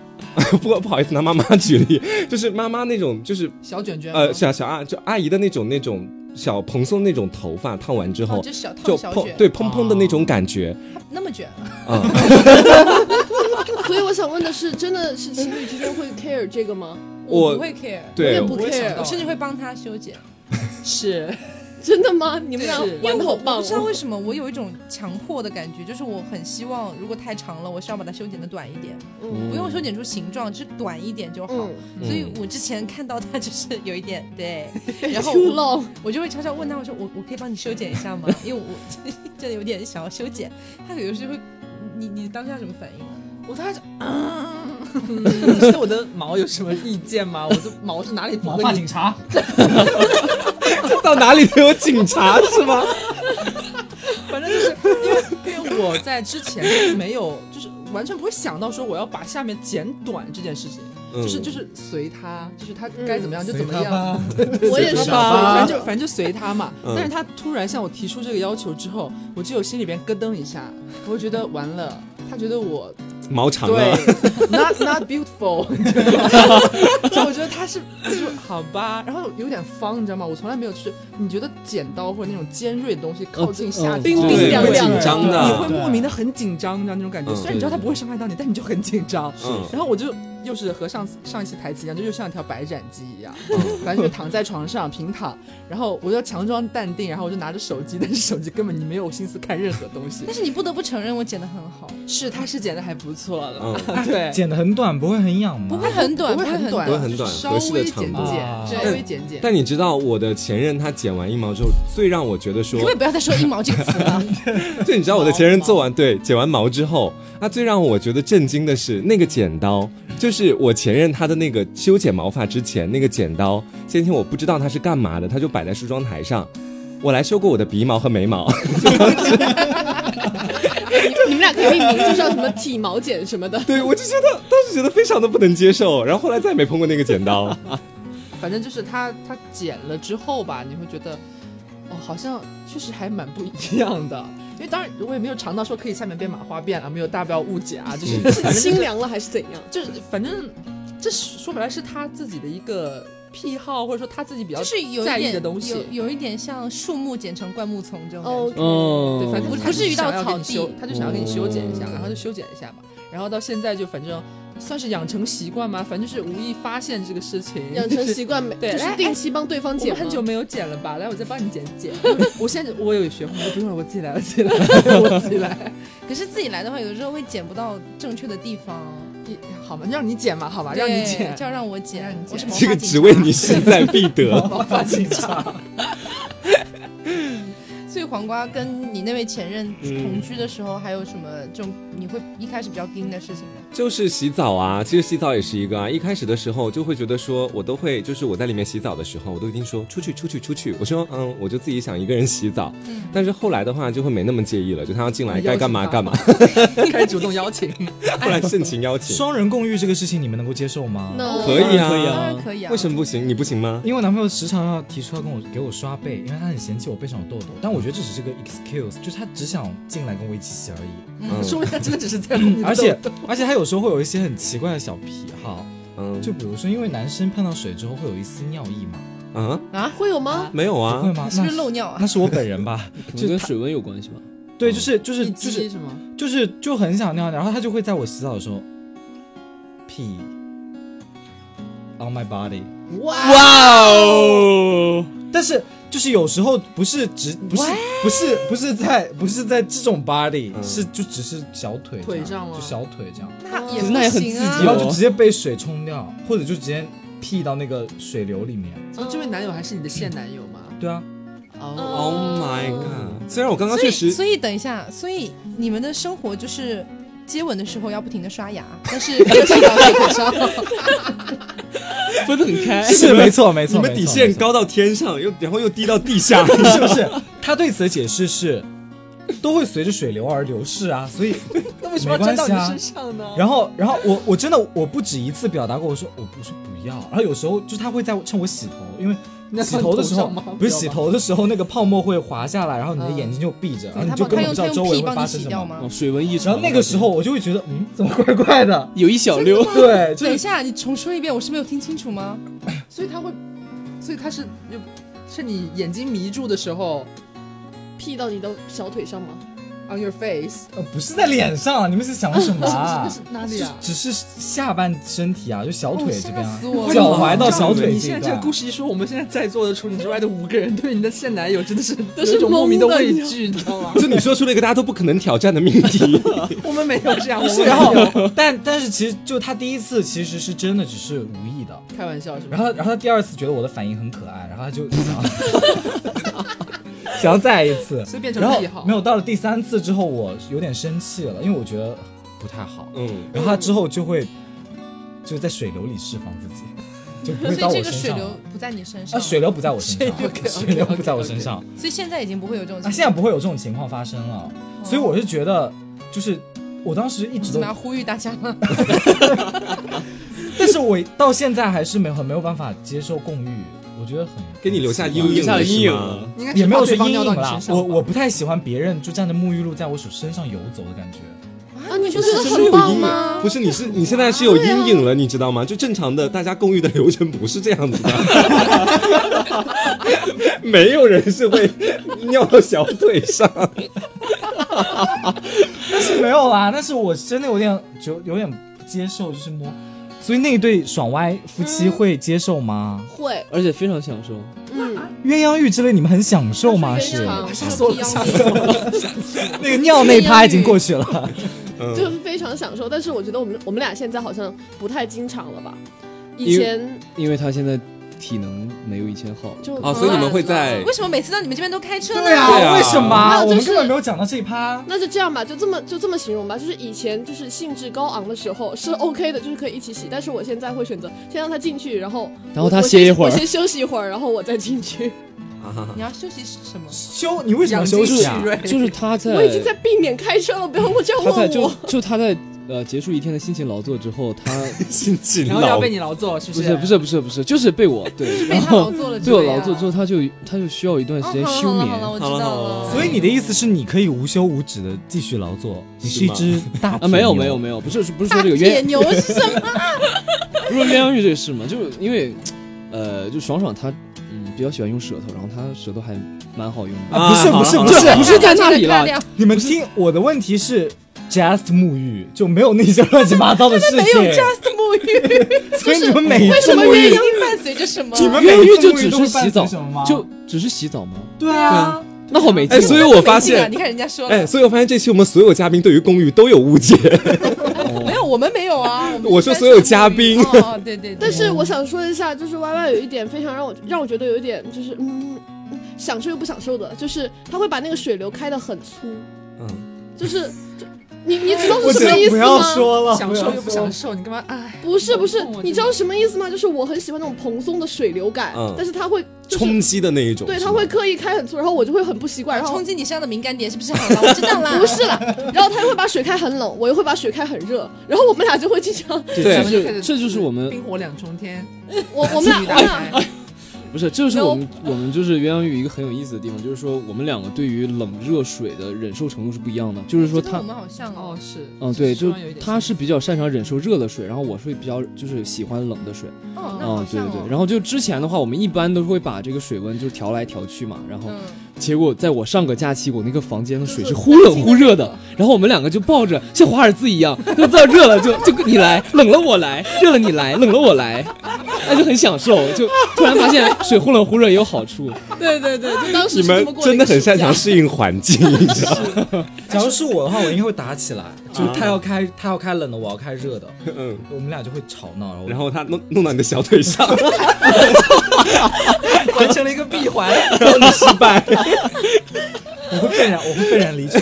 B: [laughs] 不不好意思拿妈妈举例，就是妈妈那种就是
C: 小卷卷吗，
A: 啊
B: 呃小小阿就阿姨的那种那种小蓬松那种头发烫完之
C: 哦
B: 后
A: 就小烫
B: 就
A: 小
B: 砰
A: 卷，
B: 对砰砰的那种感觉
A: 那么卷啊，
B: 啊， [laughs]
E: 所以我想问的是，真的是情侣之间会 care 这个吗？
B: 我
A: 不会 care，
E: 我
B: 对
E: 也不 care，
A: 我甚至会帮他修剪，
C: 是
E: 真的吗？你们俩
C: 是
E: 玩的好
A: 我
E: 棒
A: 不知道
E: 哦！
A: 为什么我有一种强迫的感觉，就是我很希望如果太长了，我是要把它修剪的短一点，
E: 嗯
A: 不用修剪出形状，就是短一点就好。
E: 嗯，
A: 所以我之前看到他就是有一点 [laughs] 对，然后
E: 出
A: 我
E: 浪，
A: 我就会悄悄问他，我说我我可以帮你修剪一下吗？因为我这里有点想要修剪。他有时候会，你你当下什么反应？啊
C: 我当时，嗯， [laughs] 你对我的毛有什么意见吗？我的毛是哪里
D: 毛
C: 毛
D: 发警察，
B: 到哪里都有警察 [laughs] 是吗？
C: 反正就是因为因为我在之前没有，就是完全不会想到说我要把下面剪短这件事情，就是就是随他，就是他
A: 嗯
C: 该怎么样就怎么
D: 随他吧
C: 样。
E: [laughs] 我也是，
C: 反
E: 反
C: 正
E: 正
C: 就反正就随他嘛。
B: 嗯
C: 但是他突然向我提出这个要求之后，我就有心里边咯噔一下，我就觉得完了，他觉得我
B: 毛长啊
C: 对
B: 了，
C: [laughs] not not
B: [laughs]
C: beautiful，你 [laughs] 知道吗？就我觉得他是我就好吧，然后有点方，你知道吗？我从来没有去，你觉得剪刀或者那种尖锐的东西靠近下
F: 哦
C: 冰
E: 冰
B: 对
E: 凉
B: 会
E: 凉
B: 紧张
C: 你
B: 的
C: 会莫名的很紧张，你知道那种感觉。
B: 嗯
C: 虽然你知道他不会伤害到你，但你就很紧张。
B: 嗯
C: 然后我就又是和上次上一期台词一样，就又像一条白斩鸡一样，
B: 嗯
C: 反正就躺在床上平躺，然后我就强装淡定，然后我就拿着手机，但是手机根本你没有心思看任何东西
A: 但。是你不得不承认，我剪得很好，
C: [laughs] 是，他是剪的还不错了，
B: 嗯，
C: 对，
D: 哎剪得很短，不会很痒吗？
A: 不会很短，
C: 不会
A: 很
C: 很短，
B: 不会很短
C: 稍
B: 合适的
C: 微
B: 长
C: 剪
B: 度
D: 啊
C: 剪，稍微剪剪。
B: 但你知道我的前任他剪完阴毛之后，最让我觉得
A: 你
B: 说
A: 可不可以不要再说“阴毛”这个词 [laughs] 了？
B: 就你知道我的前任做完对剪完毛之后，啊，最让我觉得震惊的是那个剪刀，就是我前任他的那个修剪毛发之前那个剪刀，先前我不知道他是干嘛的，他就摆在梳妆台上。我来修过我的鼻毛和眉毛， [laughs]
E: 你 [laughs] 你们俩可以命名，就叫什么体毛剪什么的。
B: 对我就觉得当时觉得非常的不能接受，然后后来再也没碰过那个剪刀。
C: 反正就是他他剪了之后吧，你会觉得，哦，好像确实还蛮不一样的。因为当然我也没有尝到说可以下面变马花辫啊，没有大家不要误解啊，就是反正
E: 清凉了还是怎样？
C: 就是反正这是说白了是他自己的一个癖好，或者说他自己比较
A: 就是有一
C: 在意
A: 点
C: 的东西。
A: 有有一点像树木剪成灌木丛这种感觉。
E: 哦，
F: 哦，
C: 对，反正
A: 不
C: 他
A: 不
C: 就是
A: 遇到
C: 想要给你
A: 草地
C: 修他就想要给你修剪一下，然后就修剪一下吧。然后到现在就反正算是养成习惯嘛，反正就是无意发现这个事情，
E: [laughs] 养成习惯没？
C: 嗯对
E: 就是
C: 来
E: 定期帮对方
C: 我
E: 剪
C: 们
E: 吗。
C: 很久没有剪了吧？来，我再帮你剪剪。 [laughs] 我现在我有学会，不用了，我自己来，我自己来，我自己来。
A: 可是自己来的话，有的时候会剪不到正确的地 [laughs] 方。
C: 好嘛，让你剪嘛，好吧，让你
A: 对
C: 剪
A: 啊就。要让我剪
C: 让你。
A: 我
C: 剪
A: 是 [laughs] 毛发
B: 这个
A: 警
B: 只
A: 察
B: 为你势在必得。
C: 毛发警察，
A: 所以黄瓜跟你那位前任同居的时候，还有什么这种你会一开始比较盯的事情吗？
B: [laughs] 就是洗澡啊，其实洗澡也是一个啊。一开始的时候就会觉得说，我都会，就是我在里面洗澡的时候，我都已经说出去出去出去。我说嗯，我就自己想一个人洗澡。但是后来的话就会没那么介意了，就他要进来
C: 你
B: 该
C: 邀请
B: 干嘛
C: 他
B: 干嘛， [laughs]
C: 开始主动邀请。
B: 后来盛情邀
D: [laughs]
B: 请。
D: 双人共浴这个事情，你们能够接受吗？
E: No
B: 可以啊
D: 当然可以
A: 当
D: 啊
A: 然。可以啊。
B: 为什么不行？你不行吗？
D: 因为我男朋友时常要提出要跟我给我刷背，因为他很嫌弃我背上有痘痘，但我觉得这只是个 excuse，就是他只想进来跟我一起洗而已。
B: 嗯
C: 说明他真的只是在乎你的
D: 嗯而且
C: 痘痘
D: 而且他有时候会有一些很奇怪的小癖好，
B: 嗯，
D: 就比如说，因为男生碰到水之后会有一丝尿意嘛，
B: 啊，
E: 会有吗？
B: 没有
D: 不会
B: 啊，
D: 吗？
A: 是不是
D: 那
A: 漏尿啊？
D: 那是我本人吧？
F: 可能跟水温有关系吧。
D: 对，就是就是
C: 一
D: 就
C: 激
D: 是
C: 是吗？
D: 就是就很想尿，然后他就会在我洗澡的时候屁 on my body，
C: 哇，
F: 哇哦，
D: 但是就是有时候不是只不是不是不是在不是在这种 body，、
B: 嗯
D: 是就只是小腿
C: 腿
D: 这样
C: 上吗
D: 就小腿这样，
A: 那
F: 其实那也
A: 也不
F: 很
A: 行
F: 刺激
A: 啊
D: 然
F: 哦。
D: 后就直接被水冲掉，或者就直接屁到那个水流里面。
C: 所以这位男友还是你的现男友吗？
D: 对啊，
C: 哦，
B: Oh my god！虽然我刚刚
A: 所
B: 确
A: 以，
B: 实
A: 所以等一下，所以你们的生活就是接吻的时候要不停的刷牙，但
D: [laughs]
A: 是
F: 分得很开。
D: [laughs] 是没错没
B: 你
D: 错，
B: 们底
D: 没错
B: 线
D: 没错
B: 高到天上，又然后又低到地下， [laughs]
D: [laughs] 是不是？他对此的解释是，都会随着水流而流逝啊，所以那为什么要沾到你身上呢？然后，然后我我真的我不止一次表达过，我说我不是不要，然后有时候就是他会在趁我洗头，因为。洗头的时候
C: 那你头上吗
D: 不是洗头的时候，那个泡沫会滑下来，然后你的眼睛就闭着，然后你
A: 他
D: 就
A: 帮他
D: 根本不
A: 用
D: 知
A: 他
D: 道周
A: 用屁
D: 围会
A: 帮你
D: 发生
A: 洗
D: 什
A: 掉
D: 么。
A: 吗
F: 哦，？水文异常。
D: 然后那个时候我就会觉得，嗯，怎么怪怪的？
F: [laughs] 有一小溜，
D: 对，就
A: 等一
D: 是
A: 下，你重说一遍，我是没有听清楚吗？
C: 所以他会，所以他是有，是你眼睛迷住的时候
E: 屁到你的小腿上吗？
C: on your face，
D: 呃不是在脸上，你们是想什么啊？
C: [laughs] 是哪里啊？
D: 只是下半身体啊，就小腿这边、
A: 哦吓
D: 啊
A: 死我了
D: 脚踝到小
C: 你
D: 腿这
C: 现
D: 一
C: 在这个
D: 段。
C: 故事一说，我们现在在座的除你之外的五个人对你的现男友真的是都
E: 是
C: 一种莫名的
E: 懵的
C: 畏
E: 你知道
C: 惧，你知道吗？
B: 就你说出了一个大家都不可能挑战的命题。
C: 我们没有这样，我
D: [laughs]
C: 们
D: 是，啊
C: 没有
D: 然后，但但是其实就他第一次其实是真的只是无意的，
C: 开玩笑是吧？
D: 然后然后他第二次觉得我的反应很可爱，然后他就想 [laughs] 想要再一次，
C: 所以变成
D: 然
C: 了
D: 后
C: 癖好
D: 没。有到了第三次之后，我有点生气了，因为我觉得不太好，
B: 嗯，
D: 然后他之后就会就在水流里释放自己，就不会到
A: 所以这
D: 我
A: 个
D: 身
A: 水
D: 上
A: 流
D: 了。
A: 不在你身上，
D: 啊，水流不在我身上，水流不在我身上，
A: 所以现在已经不会有这种
D: 那、
A: 情况。
D: 啊现在不会有这种情况发生了，所以我是觉得，就是我当时一直
A: 怎
D: 都
A: 么要，呼吁大家吗？
D: [laughs] 但是我到现在还是没有很没有办法接受共浴，我觉得很
B: 给你留下阴影
F: 下
B: 了
F: 了阴
B: 是
F: 影
B: 吗？
C: 你应该
D: 也没有
C: 是
D: 说
C: 把
D: 阴
C: 对方尿
D: 影
C: 到你
D: 啦
C: 身，上
D: 我
C: 吧
D: 我不太喜欢别人就蘸着沐浴露在我手身上游走的感觉，
A: 啊，你不
E: 觉得
B: 是
E: 很
B: 有
E: 棒
B: 阴
E: 吗啊
B: 影，不是你是你现在是有阴影了，你知道吗？就正
E: [laughs]
B: 常的大家共浴的流程不是这样子的， [laughs] 没有人是会尿到小腿上。
D: 但是没有啦，但是我真的有点就有点不接受，就是摸，所以那一对爽歪夫妻会接受吗？
E: 会，
F: 而且非常享受。
E: 嗯，
D: 鸳鸯浴之类你们很享受吗？
E: 非
D: 是
E: 常
A: 吓死我了！吓死我了！
D: 那个尿那一趴已经过去了，
E: 就
B: 嗯，
E: 是非常享受。但是我觉得我们我们俩现在好像不太经常了吧？以
F: 因为
E: 前
F: 因为他现在体能没有以前好，
E: 就
B: 哦，所以你们会在
A: 为什么每次到你们这边都开车呢？哦
D: 对
B: 对啊
D: 啊，为什
E: 还
D: 么
E: 有就是
D: 我们根本没有讲到这一趴？
E: 那就这样吧，就这么就这么形容吧。就是以前就是兴致高昂的时候是 OK 的，就是可以一起洗。但是我现在会选择先让他进去，然后
F: 然后他
E: 我
F: 歇一会
E: 我
F: 儿
E: 先，我先休息一会儿，然后我再进去。
B: 啊
A: 你要休息什么？
D: 休，你为什么要
C: 养精
D: 休
C: 蓄
D: 息啊？
C: 锐，
F: 就是他在，
E: 我已经在避免开车了，不要这样
F: 他在
E: 问
F: 就
E: 我。
F: 就他在呃结束一天的辛勤劳作之后，他
B: 心情
C: 然后要
B: 老
C: 被你劳作，是
F: 不是
C: 是
F: 不是不是不是，就是被我对
A: [laughs] 被他劳作了，啊
F: 被我劳作之后，他就他就需要一段
A: 哦，
F: 时
A: 好
F: 间
A: 了
F: 休
A: 好了，
F: 眠
A: 我知
B: 好
A: 道
B: 了好了
A: 了。
D: 所以你的意思是你可以无休无止的继续劳作，你是一只
F: [laughs]
D: 大
F: 啊，没有没有
D: 有，
F: 没有，不是不是说
A: 大
F: 这个
A: 铁
F: 鸳
A: 牛是什么？
F: 不是鸳鸯浴这个事嘛，就是因为呃就爽爽他嗯比较喜欢用舌头，然后他舌头还蛮好用的，
D: 啊不是不是 [laughs] 不
F: 是
D: 是，
F: 不是在那里
A: 大
F: 了，
A: 量
D: 你们听我的问题是 just 沐浴就没有那些乱七八糟的事情，
A: 没有 just 沐浴，
D: 所以你们每一
A: 为
D: 次
A: 什么
D: 沐
A: 鸳
D: 浴，
A: 鸯伴随着什么？
D: 你们每
F: 鸳
D: 一
F: 浴
D: 次
F: 就
D: 沐浴
F: 只
D: 都会
F: 是
D: 伴随
F: 洗澡
D: 什么吗？，
F: 就只是洗澡吗？
D: 对啊，
F: 那好没劲
B: 哎，
F: 啊。
B: 所以我发
A: 没劲啊
B: 现
A: 你，看人家说
B: 哎，
A: 了，
B: 所以我发现这期我们所有嘉宾对于公寓都有误解。
A: 没有，我们没有
B: [laughs]
A: 啊。们
B: 我说所有嘉宾
A: 哦，哦对对对。
E: 但是我想说一下，就是 Y Y 有一点非常让我让我觉得有一点就是嗯享受又不享受的，就是他会把那个水流开的很粗，
B: 嗯，
E: 就是就你你知道
D: 我
E: 是
D: 觉
E: 什么意
D: 得不
E: 思
D: 要
E: 吗？
D: 说了，
C: 享受又不
D: 要说
C: 享
D: 了。
C: 受，你干嘛？哎，
E: 不是不是
C: 好痛啊，真
E: 你
C: 的
E: 知道什么意思吗？就是我很喜欢那种蓬松的水流感，
B: 嗯
E: 但是他会就是
B: 冲击的那一种，
E: 对
B: 是
E: 他
B: 吗
E: 会刻意开很粗，然后我就会很不习惯，然后
A: 冲击你身上的敏感点是不是好了？我知道啦。
E: 不是啦，然后他又会把水开很冷，我又会把水开很热，然后我们俩就会经常，
B: 对
C: 咱们开始
F: 这这就是我们
C: 冰火两重天，
E: 我我们俩
C: 情侣
E: 我
C: 大
E: 们俩
C: 开
F: 不是，这就是我们我们就是鸳鸯浴一个很有意思的地方，就是说我们两个对于冷热水的忍受程度是不一样的。就是说
A: 觉得
F: 他
A: 我，们好像哦
C: 哦，。是，
F: 嗯，对，
C: 是
F: 就
C: 稍微有一点
F: 他是比较擅长忍受热的水，然后我是比较就是喜欢冷的水。
A: 哦，那
F: 嗯
A: 好，
F: 对
A: 像
F: 对
A: 哦
F: 对。。然后就之前的话，我们一般都会把这个水温就是调来调去嘛。然后
A: 嗯，
F: 结果在我上个假期，我那个房间的水是忽冷忽热的，然后我们两个就抱着像华尔兹一样，就到热了就就你来，冷了我来，热了你来，冷了我来。那就很享受，就突然发现水忽冷忽热也有好处。
E: 对对对，就当时
B: 你
E: 是这
B: 们
E: 么过
B: 真的
E: 一个
B: 很
E: 暑假
B: 擅长适应环境，你知
E: [laughs]
B: 道吗？
D: 假如是我的话，我应该会打起来，就是他要开他要开冷的，我要开热的，嗯，我们俩就会吵闹，然后
B: 然后他弄弄到你的小腿上，
D: 完成了一个闭环，
B: 然后你失败。
D: 我会愤然我会愤然离
B: [laughs]
D: 场，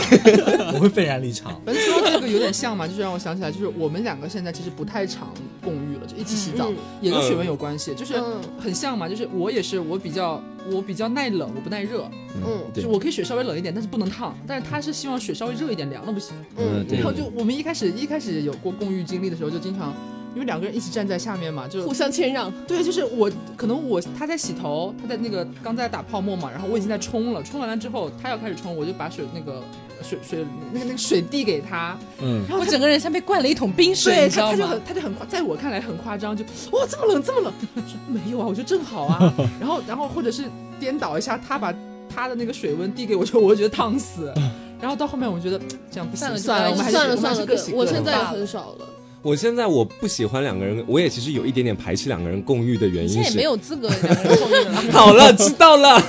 D: 我会愤然离场。
C: 反正说到这个有点像嘛，就是让我想起来，就是我们两个现在其实不太常共浴了，就一起洗澡，
E: 嗯
C: 也跟水温有关系，就是
E: 嗯
C: 很像嘛，就是我也是我比较我比较耐冷，我不耐热，
E: 嗯
C: 就是我可以水稍微冷一点，但是不能烫，但是他是希望水稍微热一点，凉了不行。
E: 嗯
F: 对
C: 然后就我们一开始一开始有过共浴经历的时候，就经常因为两个人一起站在下面嘛，就
E: 互相谦让，
C: 对，就是我可能我他在洗头，他在那个刚在打泡沫嘛，然后我已经在冲了，冲完了之后他要开始冲，我就把水那个水水那个那个水递给他，
F: 嗯，
C: 然后
A: 我
C: 他
A: 整个人像被灌了一桶冰水，
C: 对
A: 你知
C: 他
A: 道
C: 他就
A: 吗
C: 很？他就很夸，在我看来很夸张，就哇这么冷这么冷，我说没有啊，我觉得正好
A: [laughs]
C: 啊，然后然后或者是颠倒一下，他把他的那个水温递给我，就我觉得烫死，然后到后面我觉得这样不行，
A: 算了
C: 了我们还是
E: 算了
C: 我们还
E: 算
C: 是
E: 了，
C: 各
E: 对
C: 洗各
E: 我
C: 的
E: 现在也
C: 吧
E: 很少了，
B: 我现在我不喜欢两个人，我也其实有一点点排斥两个人共浴的原
A: 你
B: 因
A: 现在也
B: 是
A: 没，有资格两个人共浴了。
B: 好了，知道了。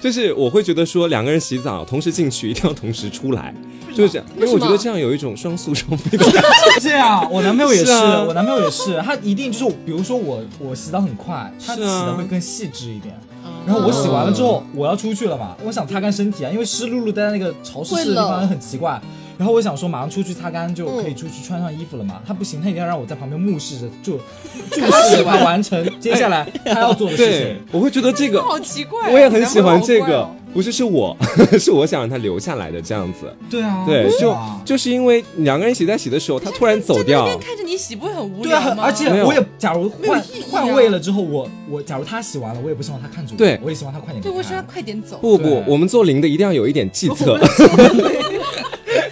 B: 就是我会觉得说两个人洗澡同时进去一定要同时出来，就是这样，因为我觉得这样有一种双宿双飞的
A: [laughs]
B: 感觉。
D: 这样，我男朋友也是，
B: 是啊
D: 我男朋友也是，他一定就是，比如说我我洗澡很快，他洗
B: 是啊
D: 的会更细致一点。
B: 嗯
D: 然后我洗完了之后，我要出去了嘛，我想擦干身体啊，因为湿漉漉待在那个潮湿湿的地
E: 会
D: 方
E: 冷
D: 很奇怪。然后我想说，马上出去擦干就可以出去穿上衣服了嘛。他不行，他一定要让我在旁边目视着，就
B: [laughs]
D: 注视着他完成接下来他要做的事
B: 对
D: 情。，
B: 我会觉得这个
A: 好奇怪，哦
B: 我也很喜欢这
C: 男朋友
B: 个
C: 好怪，
B: 不是是我， [laughs] 是我想让他留下来的这样子。
D: 对啊，
B: 对，
D: 是
B: 就
D: 啊
B: 就是因为两个人一起在洗的时候，他突然走
A: 站
B: 掉
A: 在那边，看着你洗不会很无
D: 对啊，
A: 聊
D: 很
A: 吗？
D: 而且
B: 没有
D: 我也，假如换
A: 没有意义啊
D: 换位了之后，我我假如他洗完了，我也不希望他看着我，
B: 对
D: 我也希望他快点
A: 对，
D: 离
A: 我说
D: 开
A: 他。快点
B: [laughs]
A: 走，
B: 不不
D: 对，
B: 我们做零的一定要有一点计策。 [laughs]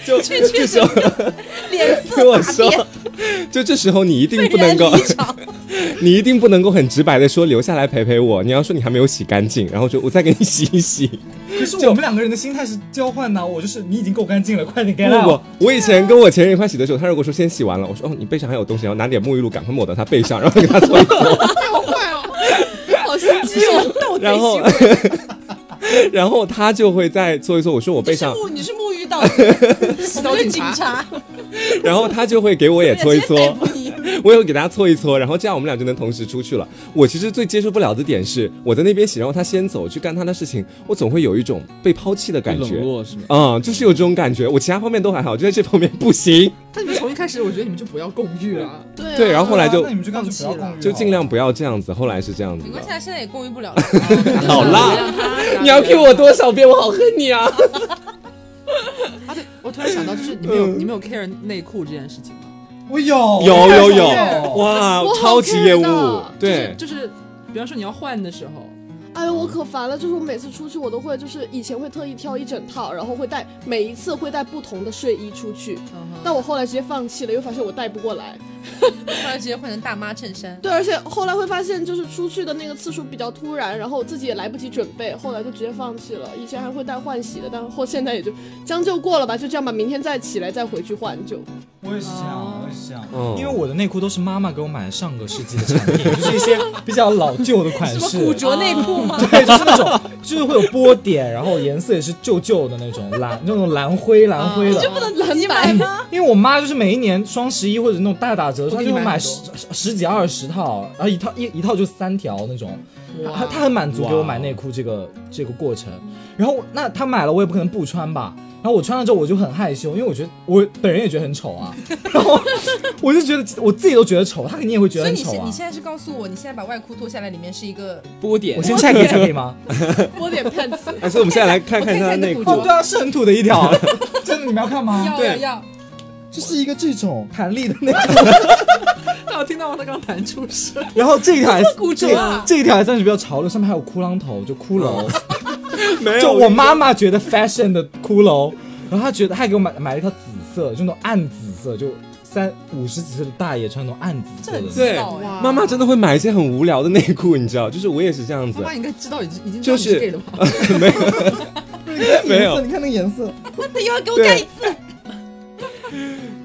B: 就
A: 确确
B: 这时
A: 实
B: 候， [laughs]
A: 脸色
B: 听我
A: 大
B: 说
A: 变，，
B: [laughs] 就这时候你一定
A: 被
B: 不能
A: 人
B: 够，
A: 离
B: [laughs]
A: 场。
B: 你一定不能够很直白的说留下来陪陪我。你要说你还没有洗干净，然后说我再给你洗一
F: [laughs]
B: 洗。
D: 可是我们两个人的心态是交换的，我就是你已经够干净了，快点 get
F: 啊
B: 不
D: out。
B: 不，我以前跟我前任一块洗的时候，他如果说先洗完了，我说哦你背上还有东西，然后拿点沐浴露赶快抹到他背上，然后给他搓一搓。
E: 好心机哦，
A: 盗贼
B: 然后
A: 行为，
B: 哦然后他就会再搓一搓。我说我背
A: 你是
B: 上，
A: 沐你是沐浴
B: [laughs]
A: 盗贼，洗
C: 澡
A: 警
C: 警察
A: 察，
B: 然后他就会给我也搓一
A: 我也 [laughs] 直
B: 搓
A: 接，逮捕你
B: 我也会给他搓一搓，然后这样我们俩就能同时出去了。我其实最接受不了的点是，我在那边洗，然后他先走去干他的事情，我总会有一种被抛弃的感
F: 冷
B: 觉。
F: 落是吗？
B: 嗯，就是有这种感觉。我其他方面都还好，就在这方面不行，
C: 但你们从一开始，我觉得你们就不要共浴了。
E: 对啊
B: 对然后后来就
D: 那你们就干脆不要共浴
B: 就尽量
D: 好
B: 不要这样子。后来是这样子
A: 没关系
B: 的。
A: 啊，现在也共浴不了了。
C: 啊
B: 好
A: 啊
B: 啦，你要 Q
C: 我。
F: 哦
B: 我多少遍？我好恨你啊！
C: 啊，对，我突然想到，就是你
B: 嗯
C: 们有、你们有 care 内裤这件事情吗？
D: 了我有
B: 有有有，
D: 哇，
B: 哇
E: 我，好
B: 超级厌恶
E: care 的。
B: 对，
C: 就是就是，比方说你要换的时候，
E: 哎呦，我可烦了！就是我每次出去，我都会，就是以前会特意挑一整套，然后会带，每一次会带不同的睡衣出去。但我后来直接放弃了，又发现我带不过来。
A: 后来直接换成大妈衬衫。
E: 对，而且后来会发现，就是出去的那个次数比较突然，然后自己也来不及准备，后来就直接放弃了。以前还会带换洗的，但后现在也就将就过了吧，就这样吧，明天再起来再回去换就。
D: 我也是这
A: 哦
D: 样，我也是这样。
B: 嗯
D: 因为我的内裤都是妈妈给我买的上个世纪的产品， [laughs] 就是一些比较老旧的款
A: 什么
D: 式，
A: 古着内裤吗？
D: [laughs] 对，就是那种就是会有波点，然后颜色也是旧旧的那种蓝，那种蓝灰蓝灰的。
A: 不能自己买吗？
D: 因为我妈就是每一年双十一或者那种大打折的时候，她
C: 我给
D: 就
C: 你
D: 会买
C: 买
D: 十
C: 很
D: 十十几二十套，然后一套一一套就三条那种。她她很满足给我买内裤这个这个过程。然后我那她买了，我也不可能不穿吧。然后我穿了之后，我就很害羞，因为我觉得我本人也觉得很
A: [laughs]
D: 丑啊。然后我就觉得我自己都觉得丑，她肯定也会觉得
A: 所以
D: 很
A: 你
D: 丑
A: 现
D: 啊
A: 你。现在是告诉我，你现在把外裤脱下来，里面是一个
F: 波点
D: 我先晒给你看可以
A: [laughs]
D: 吗？
E: 我点 pants，
B: 哎，所以我们现在来看
A: 我
B: 看
A: 看一
B: 他
A: 下
B: 的
A: 你的
B: 内
A: 骨
B: 裤
A: 折
D: 哦，对啊，是很土的一
A: [laughs]
D: 条，真的，你们要看吗？
A: 要要要，
H: 就是一个这种，
D: 弹力的那个。
C: [laughs] 大家哦有听到吗？他刚弹出声，
D: 然后这一条还
A: 骨折啊
D: 这这一条还算是比较潮流，上面还有骷髅头，就
A: [laughs]
D: 骷髅，
B: 没有
D: 就哎我妈妈觉得 fashion 的骷髅，然后她觉得她还给我买买了一条紫色，就那种暗紫色，就三五十几岁的大爷穿那种暗紫
A: 这
D: 色
A: 很
D: 的。
A: 劲爆哎！
B: 妈妈真的会买一些很无聊的内裤，你知道，就是我也是这样
C: 妈
B: 子。
C: 妈应该知道已经已经
B: 就是
C: g a 了 [laughs] 吧？
H: 那个颜色
B: [laughs] 没有
H: 你看那个颜色，
A: 那又要给我干一次。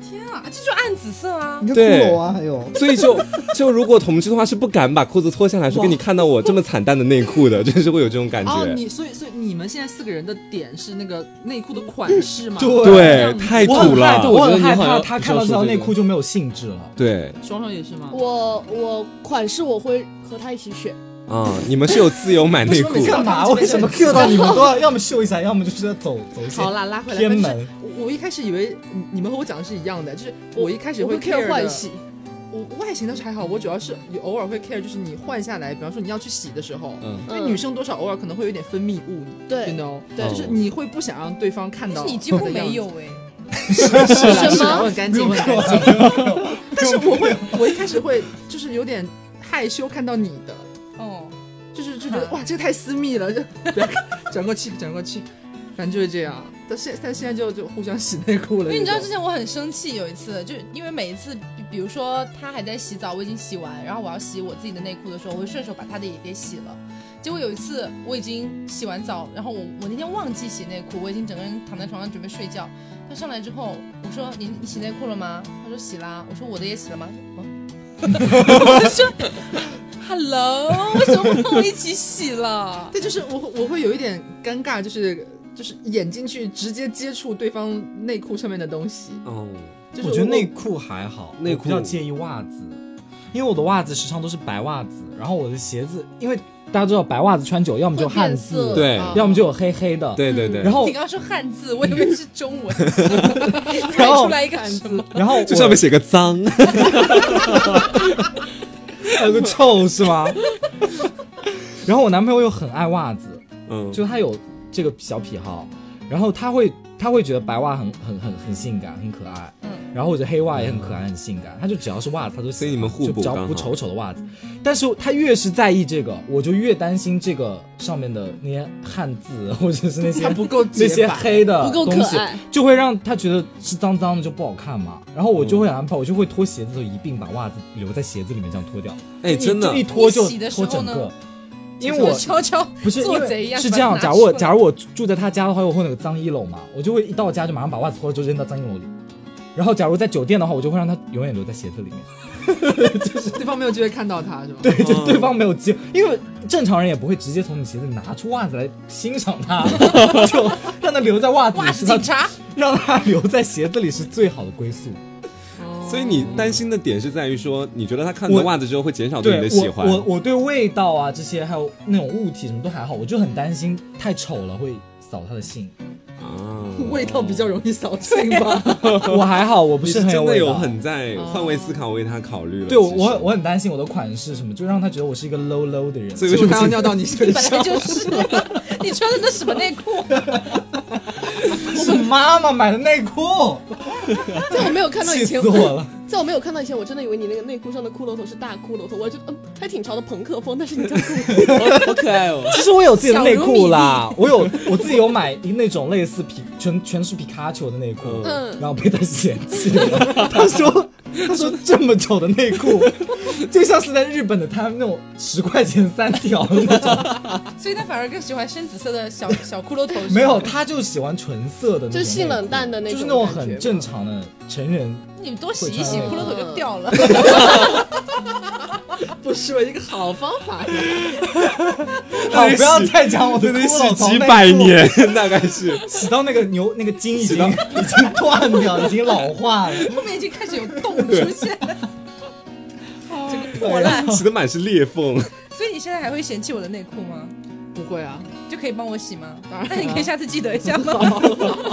A: 天啊，这就暗紫色啊
B: [laughs]
H: 你。看
B: 对
H: 骷髅啊，还有
B: 所以就就如果同居的话，是不敢把裤子脱下来，说给你看到我这么惨淡的内裤的， [laughs] 就是会有这种感觉。
C: 哦，你所以所以你们现在四个人的点是那个内裤的款式吗？
H: 对
B: 对，太
D: 我
B: 土
D: 很害
B: 了。
D: 我很害
F: 我觉得你好
D: 怕
F: 像
D: 他看到这条内裤就啊没有兴致了。
B: 对，
C: 双双也是吗？
E: 我我款式我会和他一起选，
B: 啊、你们是有自由买内裤
C: 为什么每
B: 的
C: 次要
D: 干嘛？为什么 Q 到你们都要要 [laughs] 么秀一下，要么就是要走走一些
C: 好啦，拉回来。
D: 偏
C: 但是
D: 门？
C: 我我一开始以为你你们和我讲的是一样的，就是我一开始
E: 我会
C: care
E: care
C: 的
E: 换洗，
C: 我外形倒是还好，我主要是有偶尔会 care，就是你换下来，比方说你要去洗的时候，
F: 嗯，
C: 因为女生多少偶尔可能会有点分泌物
E: 对
C: ，you know，
E: 对
C: 就是你会不想让对方看到
A: 但
C: 的
A: 是你
C: 样子，
A: 几
C: [laughs]
A: 乎没有哎、
C: 是啦，
E: 什
C: 是啦
E: 么
C: 我很干净，我很干净。 [laughs] 但是我会，我一开始会就是有点害羞看到你的，
A: 哦，
C: 就是就觉得哇，这个太私密了， [laughs] 就不要看转过去，转过去，反正就是这样。但现但现在就就互相洗内裤了，
I: 因为你知道
C: 这
I: 之
C: 种
I: 前我很生气，有一次就因为每一次，比比如说他还在洗澡，我已经洗完，然后我要洗我自己的内裤的时候，我会顺手把他的也给洗了。结果有一次我已经洗完澡，然后我我那天忘记洗内裤，我已经整个人躺在床上准备睡觉。他上来之后，我说你你洗内裤了吗？他说洗啦。我说我的也洗了吗？嗯我就说 hello，为什么不跟我一起洗了？
C: 对，就是我会我会有一点尴尬，就是就是眼睛去直接接触对方内裤上面的东西，
B: 哦，
C: 就是
D: 我觉得内裤还好，
B: 内裤
D: 我比较介意袜子，因为我的袜子时常都是白袜子，然后我的鞋子，因为大家知道白袜子穿久， [laughs] 要么就
I: 会变
D: 汗
I: 色，
D: 渍，
B: 对
I: 啊
D: 要么就有黑黑的。
B: 对对对。
D: 然
C: 哦
D: 后
I: 你刚刚说汉字，我以为是中
C: [laughs]
I: 文，猜
D: 然后
I: 出来一个什么？
D: 然后我
B: 这上面写个脏，
D: 还有个臭是吗？ [laughs] 然后我男朋友又很爱袜子，
B: 嗯，
D: 就他有这个小癖好，然后他会他会觉得白袜很很很很性感，很可爱，
I: 嗯
D: 然后我觉得黑袜也很可爱，很性感，他就只要是袜子他都喜欢，
B: 所以你们互补
D: 就只要
B: 刚好
D: 不丑丑的袜子，但是他越是在意这个，我就越担心这个上面的那些汉字或者是那些
C: 它不够
D: 那
C: 洁
D: 些
C: 白
D: 黑的
E: 不够
D: 东
E: 可
D: 西，
E: 爱。
D: 就会让他觉得是脏脏的就不好看嘛，然后我就会
B: 嗯
D: 很害怕，我就会脱鞋子的时候一并把袜子留在鞋子里面这样脱掉，
B: 哎，真的
D: 一一，脱就
I: 你洗的时候
D: 脱整
I: 呢
D: 个，因为我
I: 悄悄
D: 不是因
I: 做
D: 为
I: 贼一样
D: 是
I: 把它
D: 这样。
I: 拿
D: 假
I: 出
D: 如我
I: 来
D: 假如我住在他家的话，我会有那个脏衣篓嘛，我就会一到家就马上把袜子脱了，就扔到脏衣篓里。然后，假如在酒店的话，我就会让他永远留在鞋子里面，
C: 对方没有机会看到他是吧？
D: 对，
B: 嗯
D: 就对方没有机会，因为正常人也不会直接从你鞋子里拿出袜子来欣赏
B: [laughs]
D: 它，就让它留在袜子里
I: 哇，[laughs]
D: 是
I: 警
D: 他
I: 察
D: 让它留在鞋子里是最好的归宿。
B: 哦所以你担心的点是在于说，你觉得他看
D: 我
B: 到袜子之后会减少对你的喜
D: 我
B: 欢，
D: 我我对味道啊这些还有那种物体什么都还好，我就很担心太丑了会扫他的兴。
B: 啊，
C: 味道比较容易扫兴吧？
D: [laughs] 我还好，我不
B: 你
D: 是
B: 是
D: 很有
B: 真的
D: 味
B: 有
D: 道。
B: 很在换位思考为他考虑了。
D: 对我
B: 其实
D: 我很我很担心我的款式什么，就让他觉得我是一个 low low 的人。
B: 所以为
C: 结
B: 什
C: 果
B: 么
C: 他要尿到你身
I: 本
C: 上，
I: 来就是，你穿的那什么内裤？
D: [laughs] 是妈妈买的内裤，
E: 在我没有看到以
D: [laughs] 气
E: 前
D: 死，我了！
E: 在我没有看到以前，我真的以为你那个内裤上的骷髅头是大骷髅头，我还觉得嗯还挺潮的朋克风，但是你看
B: [laughs]
E: 骷髅
F: [laughs]
E: 头
F: 好可爱哦。
D: 其实我有自己的内裤啦，我有我自己有买一那种类似皮全全是皮卡丘的内裤，
E: 嗯
D: 然后被他嫌弃
E: [laughs]
D: 了。他说他说这么丑的内裤，就像是在日本的他们那种十块钱三条的那种，
I: 所以他反而更喜欢深紫色的小小骷髅头。
D: 没有，，他就喜欢纯色的那种内裤，
E: 就性冷淡的那
D: 就
E: 种
D: 是那种
E: 感觉
D: 很正常的成人
I: 你多洗一洗，
D: 会穿
I: 骷髅头就掉
C: [laughs]
I: 了。
C: 不是吧？一个好方法。
D: 好，不要再讲我的
B: 真的
D: 骷
B: 是
D: 髅头
B: 几
D: 内
B: 百
D: 裤，
B: 年，大概是
D: 洗到那个牛那个筋已经已经断掉，已经老化了。 [laughs]
I: 后面已经开始有洞出
C: [laughs]
I: 现，
D: 对
I: 破烂。
B: 洗的满是裂缝。
I: 所以你现在还会嫌弃我的内裤吗？
C: 不会啊，
I: 就可以帮我洗吗？
C: 当然
I: 那
C: 啊
I: 你可以下次记得一下吗？
C: [laughs]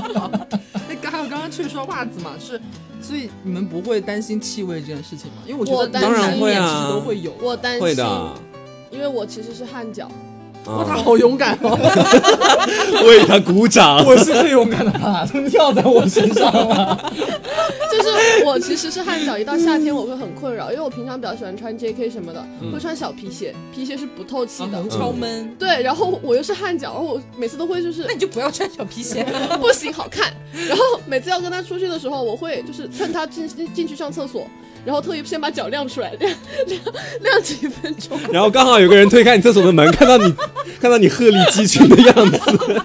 C: 那刚还有刚刚去说袜子嘛，是，所以你们不会担心气味这件事情吗？因为我觉
E: 我
C: 得
E: 担
C: 男
E: 心
C: 生
B: 当然
C: 一眼其
B: 会啊
C: 实都会有。
E: 我担
B: 会
E: 心
B: 的，，啊
E: 因为我其实是汗脚，
C: 哇，他好勇敢哦！
B: 为他鼓掌。
D: 我是最勇敢的吧，他们尿在我身上了。
E: 就是我其实是汗脚，一到夏天我会很困扰，因为我平常比较喜欢穿 JK 什么的，
B: 嗯
E: 会穿小皮鞋，皮鞋是不透气的。
I: 超闷，
E: [laughs] 对，然后我又是汗脚，然后我每次都会就是
I: 那你就不要穿小皮鞋。
E: 不行，好看。然后每次要跟他出去的时候，我会就是趁他进进进去上厕所，然后特意先把脚晾出来，晾 [laughs] 晾晾几分钟。
B: 然后刚好有个人推开你厕所的门，看到你，看到你鹤立鸡群的样子，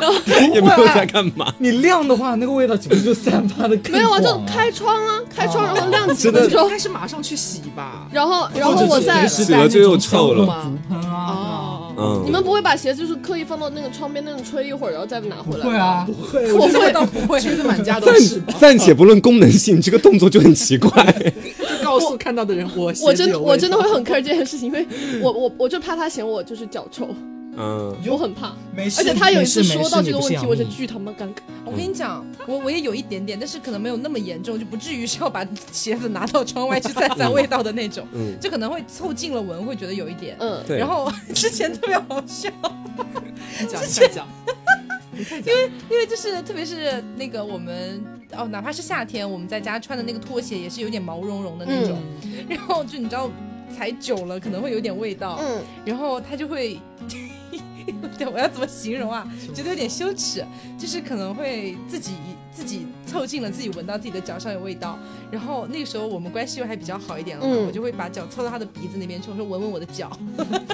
E: 然
B: [laughs]
E: 有，
B: 也没有在干嘛。
D: 你晾的话，那个味道岂不是就散发的更
E: 没有啊，就
D: 广
E: 开窗啊，开窗然后晾几
B: 真的
E: 分
C: 应
E: 钟，
C: 该是马上去洗吧。
E: 然后然后我再
B: 是洗了就又臭了
C: 吗？
D: 啊
E: 哦。
B: 嗯，
E: 你们不会把鞋就是刻意放到那个窗边那种吹一会儿，然后再拿回来？
C: 会，啊，
A: 我会倒不会，
C: 吹的满家都是吧
B: 暂。暂且不论功能性，这个动作就很奇怪。
C: 就告诉看到的人，我
E: 我
C: 我
E: 真的我真的会很 care 这件事情，因为我我我就怕他嫌我就是脚臭，
B: 嗯，
E: 我很怕。
D: 没事，
E: 而且他有一次
D: 没事
E: 说到这个
D: 没事
E: 问题，
D: 你不
E: 我
D: 是
E: 是
D: 杨幂
E: 巨他妈尴尬。
A: 我跟你讲，我我也有一点点，但是可能没有那么严重，就不至于是要把鞋子拿到窗外去
C: [laughs]
A: 散散味道的那种，
B: 嗯
A: 就可能会凑近了闻，会觉得有一点。
E: 嗯，
B: 对。
A: 然后 [laughs] 之前特别好笑，
C: 讲一下讲，
A: 因为就是特别是那个我们哦，哪怕是夏天，我们在家穿的那个拖鞋也是有点毛茸茸的那种， [laughs] 然后就你知道踩久了可能会有点味道，
E: 嗯，
A: 然后他就会。 [laughs] 对，我要怎么形容啊？觉得有点羞耻，就是可能会自己自己凑近了，自己闻到自己的脚上有味道。然后那个时候我们关系又还比较好一点了嘛，
E: 嗯
A: 我就会把脚凑到他的鼻子那边去，我说闻闻我的脚，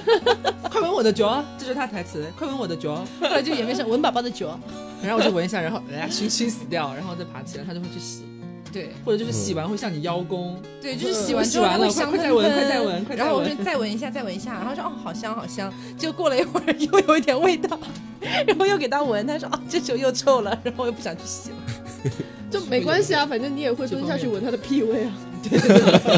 A: [laughs]
C: 快闻我的脚，这就是他台词，快闻我的脚，
A: 后来就演变成闻宝宝的脚。
C: 然后我就闻一下，然后哎呀熏熏死掉，然后再爬起来，他就会去洗，
A: 对
C: 或者就是洗完会向你邀功，
A: 对，就是
E: 嗯
A: 洗完
C: 我洗
A: 之后
C: 完
A: 它
C: 了
A: 会
C: 快
A: 香喷
C: 快再闻快
A: 喷
C: 再闻快
A: 然
C: 再
A: 后我
C: 闻
A: 说再闻一下，再闻一下，然后说哦好香好香，结果过了一会儿 [laughs] 又有一点味道，然后又给他闻，他说哦这球又臭了，然后我又不想去洗了。
E: 就没关系啊，反正你也会蹲下去闻他的屁味啊。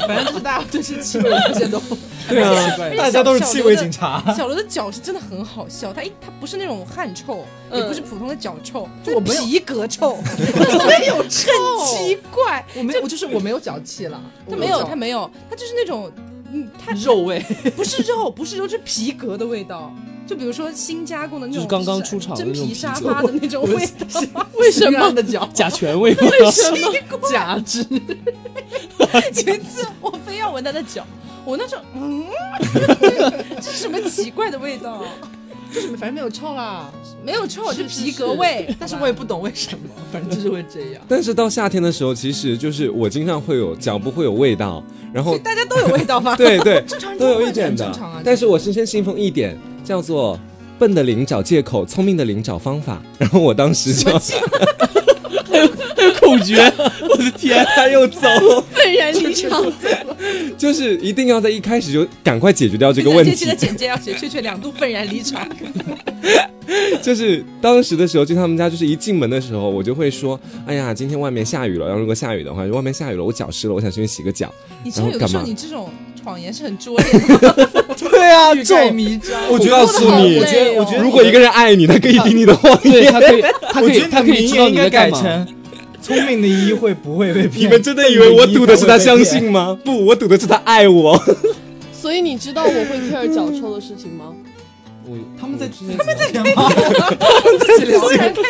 C: 反正就是大家对这气味发现都
D: [laughs] 对啊，
A: 而且
D: 大
A: 小
D: 家都是
A: 小
D: 气
A: 刘
D: 味
A: 的
D: 警
E: [laughs]
D: 察。
A: 小罗的脚是真的很好笑，他一他不是那种汗臭，也不是普通的脚臭，就
C: 我
A: 是
C: 没有
A: 皮革臭，没有臭，很奇怪，
C: 我没我就是我没有脚气了，
A: 他没有他没有，他就是那种嗯他
C: 肉味，
A: 不是肉，不是肉，是皮革的味道。就比如说新加工的那种
F: 就是
A: 真，
F: 刚刚出厂的
A: 真
F: 那种
A: 皮沙
F: 皮
A: 发的那种味道，
C: 为什么的脚
F: 甲醛味吗？
C: 假肢？
A: 有一次我非要闻他的脚，我那时候嗯，这是什么奇怪的味道？
C: 就是反正没有臭啦，
A: 没有臭，就是皮革味。
C: 但是我也不懂为什么，反正就是会这样。
B: 但是到夏天的时候，其实就是我经常会有脚部会有味道，然后
A: 大家都有味道
C: [laughs]
A: 吗？
B: 对对
C: 正常人
B: 都
C: 都
B: 有
C: 会
B: 一点
C: 很
B: 的
C: 正常啊。
B: 但是我深深信奉一点，叫做笨的灵找借口，聪明的灵找方法。 [laughs] 然后我当时就 [laughs]
F: 口诀，我的天！
B: 他又走，
E: 愤然离场，
B: 就是一定要在一开始就赶快解决掉这
A: 这
B: 个问
A: 这期
B: 题
A: 的。简介要写雀雀两度愤然离场。
B: [laughs] 就是当时的时候去他们家，就是一进门的时候，我就会说：“哎呀，今天外面下雨了。然后如果下雨的话，外面下雨了，我脚湿了，我想去洗个脚。
A: 你知道
B: 然后
A: 有的时候
B: 干嘛
A: 你这种谎言是很拙劣的吗，
D: 对啊，
C: 欲盖弥彰，
B: 我
D: 觉得
B: 告诉
E: 好
B: 你，
E: 累哦
D: 我觉得
B: 如果一个人爱你，他可以听你的谎
F: 对
B: 言
F: 他。可以，他可
D: 我觉
F: 以，
D: 得
F: 他可以
D: 名
F: 知
D: 言
F: 道
D: 应
F: 你
D: 该
F: 在
D: 改
F: 干嘛。
D: 成“聪明的一会不会被骗”。
B: 你们真的以为我赌的是他相
D: [laughs]
B: 信吗？不，我赌的是他爱我。
E: 所以你知道我会 care 脚臭的事情
A: [laughs]
E: 吗？
F: 我
C: 他们在
F: 他们在
C: 自己聊
A: 突然开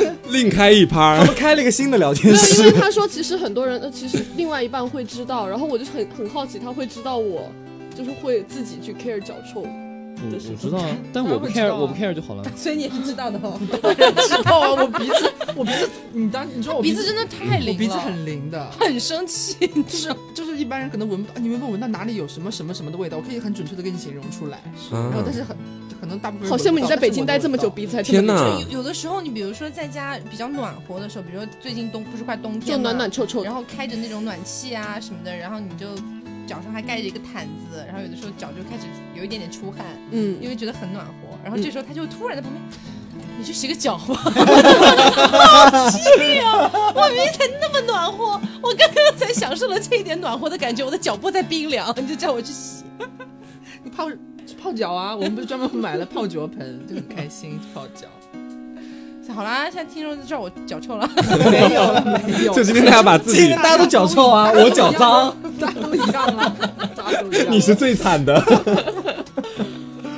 A: 始
B: 另开一趴
D: 他
B: 儿，
D: 们开了一个新的聊天
E: 没有，因
D: 室
E: 为，他说其实很多人，呃，其实另外一半会知道，然后我就很很好奇他会知道我，就是会自己去 care 脚臭。
F: 我我知道，但我
C: 当然
F: 不
C: 会知
F: care，
C: 道啊
F: 我不 care 就好了。
A: 所以你也是知道的哦。
C: 知道啊，我鼻子， [laughs] 我鼻子，你当你知道我
A: 鼻
C: 子
A: 子真的太灵了，
C: 我鼻子很灵的，
A: 很生气，你知道吗
C: 就是一般人可能闻不，你闻不闻到哪里有什么什么什么的味道，我可以很准确的给你形容出来。然后
B: 啊
C: 但是很可能大部分人
E: 好羡慕你在北京待这么久，
C: 鼻
E: 鼻子还这
B: 天
E: 么
B: 哪！
A: 有有的时候，你比如说在家比较暖和的时候，比如说最近冬不是快冬
E: 就
A: 天嘛
E: 暖暖臭臭的
A: 然。后开着那种暖气啊什么的，然后你就脚上还盖着一个毯子，然后有的时候脚就开始有一点点出汗，
E: 嗯，
A: 因为觉得很暖和。然后这时候他就突然在旁边，你去洗个脚 [laughs] 吧。好气啊！我明明才那么暖和，我刚刚才享受了这一点暖和的感觉，我的脚部在冰凉，你就叫我去洗。
C: 你泡泡脚啊，我们不是专门买了泡脚盆，就很开 [laughs] 心泡脚。
A: 好啦，现在听众就知道我脚臭了。
C: 没有了，没有了，
B: 就今天大家把自
D: 今
B: 己
D: 天，大家都脚臭啊，我脚脏。，
C: 大家都一样啊，大家都一 [laughs] 样啊。
B: 你是最惨的。
A: [laughs]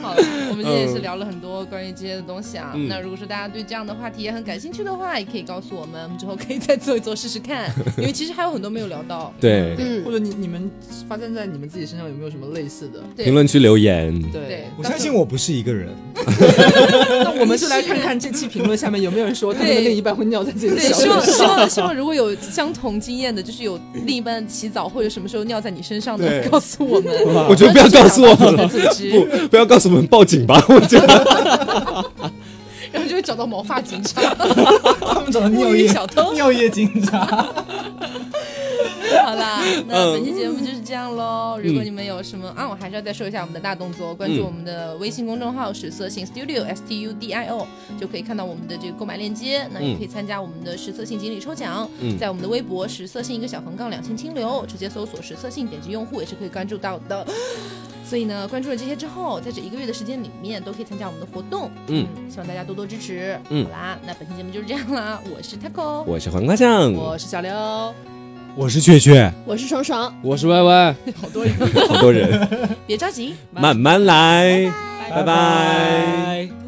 A: 好了，我们今天也是聊了很多关于这些的东西啊。
B: 嗯
A: 那如果说大家对这样的话题也很感兴趣的话，也可以告诉我们，我们之后可以再做一做试试看，因为其实还有很多没有聊到。
B: 对，
E: 嗯
C: 或者你你们发生在你们自己身上有没有什么类似的？
A: 对
B: 评论区留言。
C: 对
D: 我相信我不是一个人，
C: 那我们就来看看这期评论下面有没有人说他们的
A: 对
C: 另一半会尿在自己的
A: 对，
C: 小
A: 希
C: 腿
A: 望希
C: 上。
A: 望希望如果有相同经验的，就是有另一半洗澡或者什么时候尿在你身上的，
B: 对
A: 告诉我们。
B: [laughs] 我觉得不要告诉我
A: 们
B: 们 [laughs] 了，
A: 组织，
B: [laughs] 不，不要告诉我们，报警吧！我觉得
A: [laughs] 然后就会找到毛发警
B: [laughs]
A: 察，
D: 他们找的
A: 物
D: 尿
A: 语
D: 液
A: 小偷。
D: [laughs] 尿液警 [laughs] 察。
A: 好啦，
B: [laughs]
A: 那
B: 嗯
A: 本期节目就是这样喽。如果你们有什么啊，我还是要再说一下我们的大动作，关注
B: 嗯
A: 我们的微信公众号“实色性 Studio S T U D I O”，就可以看到我们的这个购买链接。那也
B: 嗯
A: 可以参加我们的实色性锦鲤抽奖，
B: 嗯
A: 在我们的微博“实色性一个小横杠两性清流”，直接搜索“实色性”，点击用户也是可以关注到的。 [gasps] 所以呢，关注了这些之后，在这一个月的时间里面，都可以参加我们的活动。
B: 嗯，
A: 希望大家多多支持。
B: 嗯
A: 好啦，那本期节目就是这样啦。我是 Taco，
B: 我是黄瓜酱，
A: 我是小刘，
D: 我是雀雀，
J: 我是爽爽，
F: 我是 Y Y。
A: 好多人，
B: 好多人，
A: 别着急，
B: 慢慢来，拜拜。
D: 拜。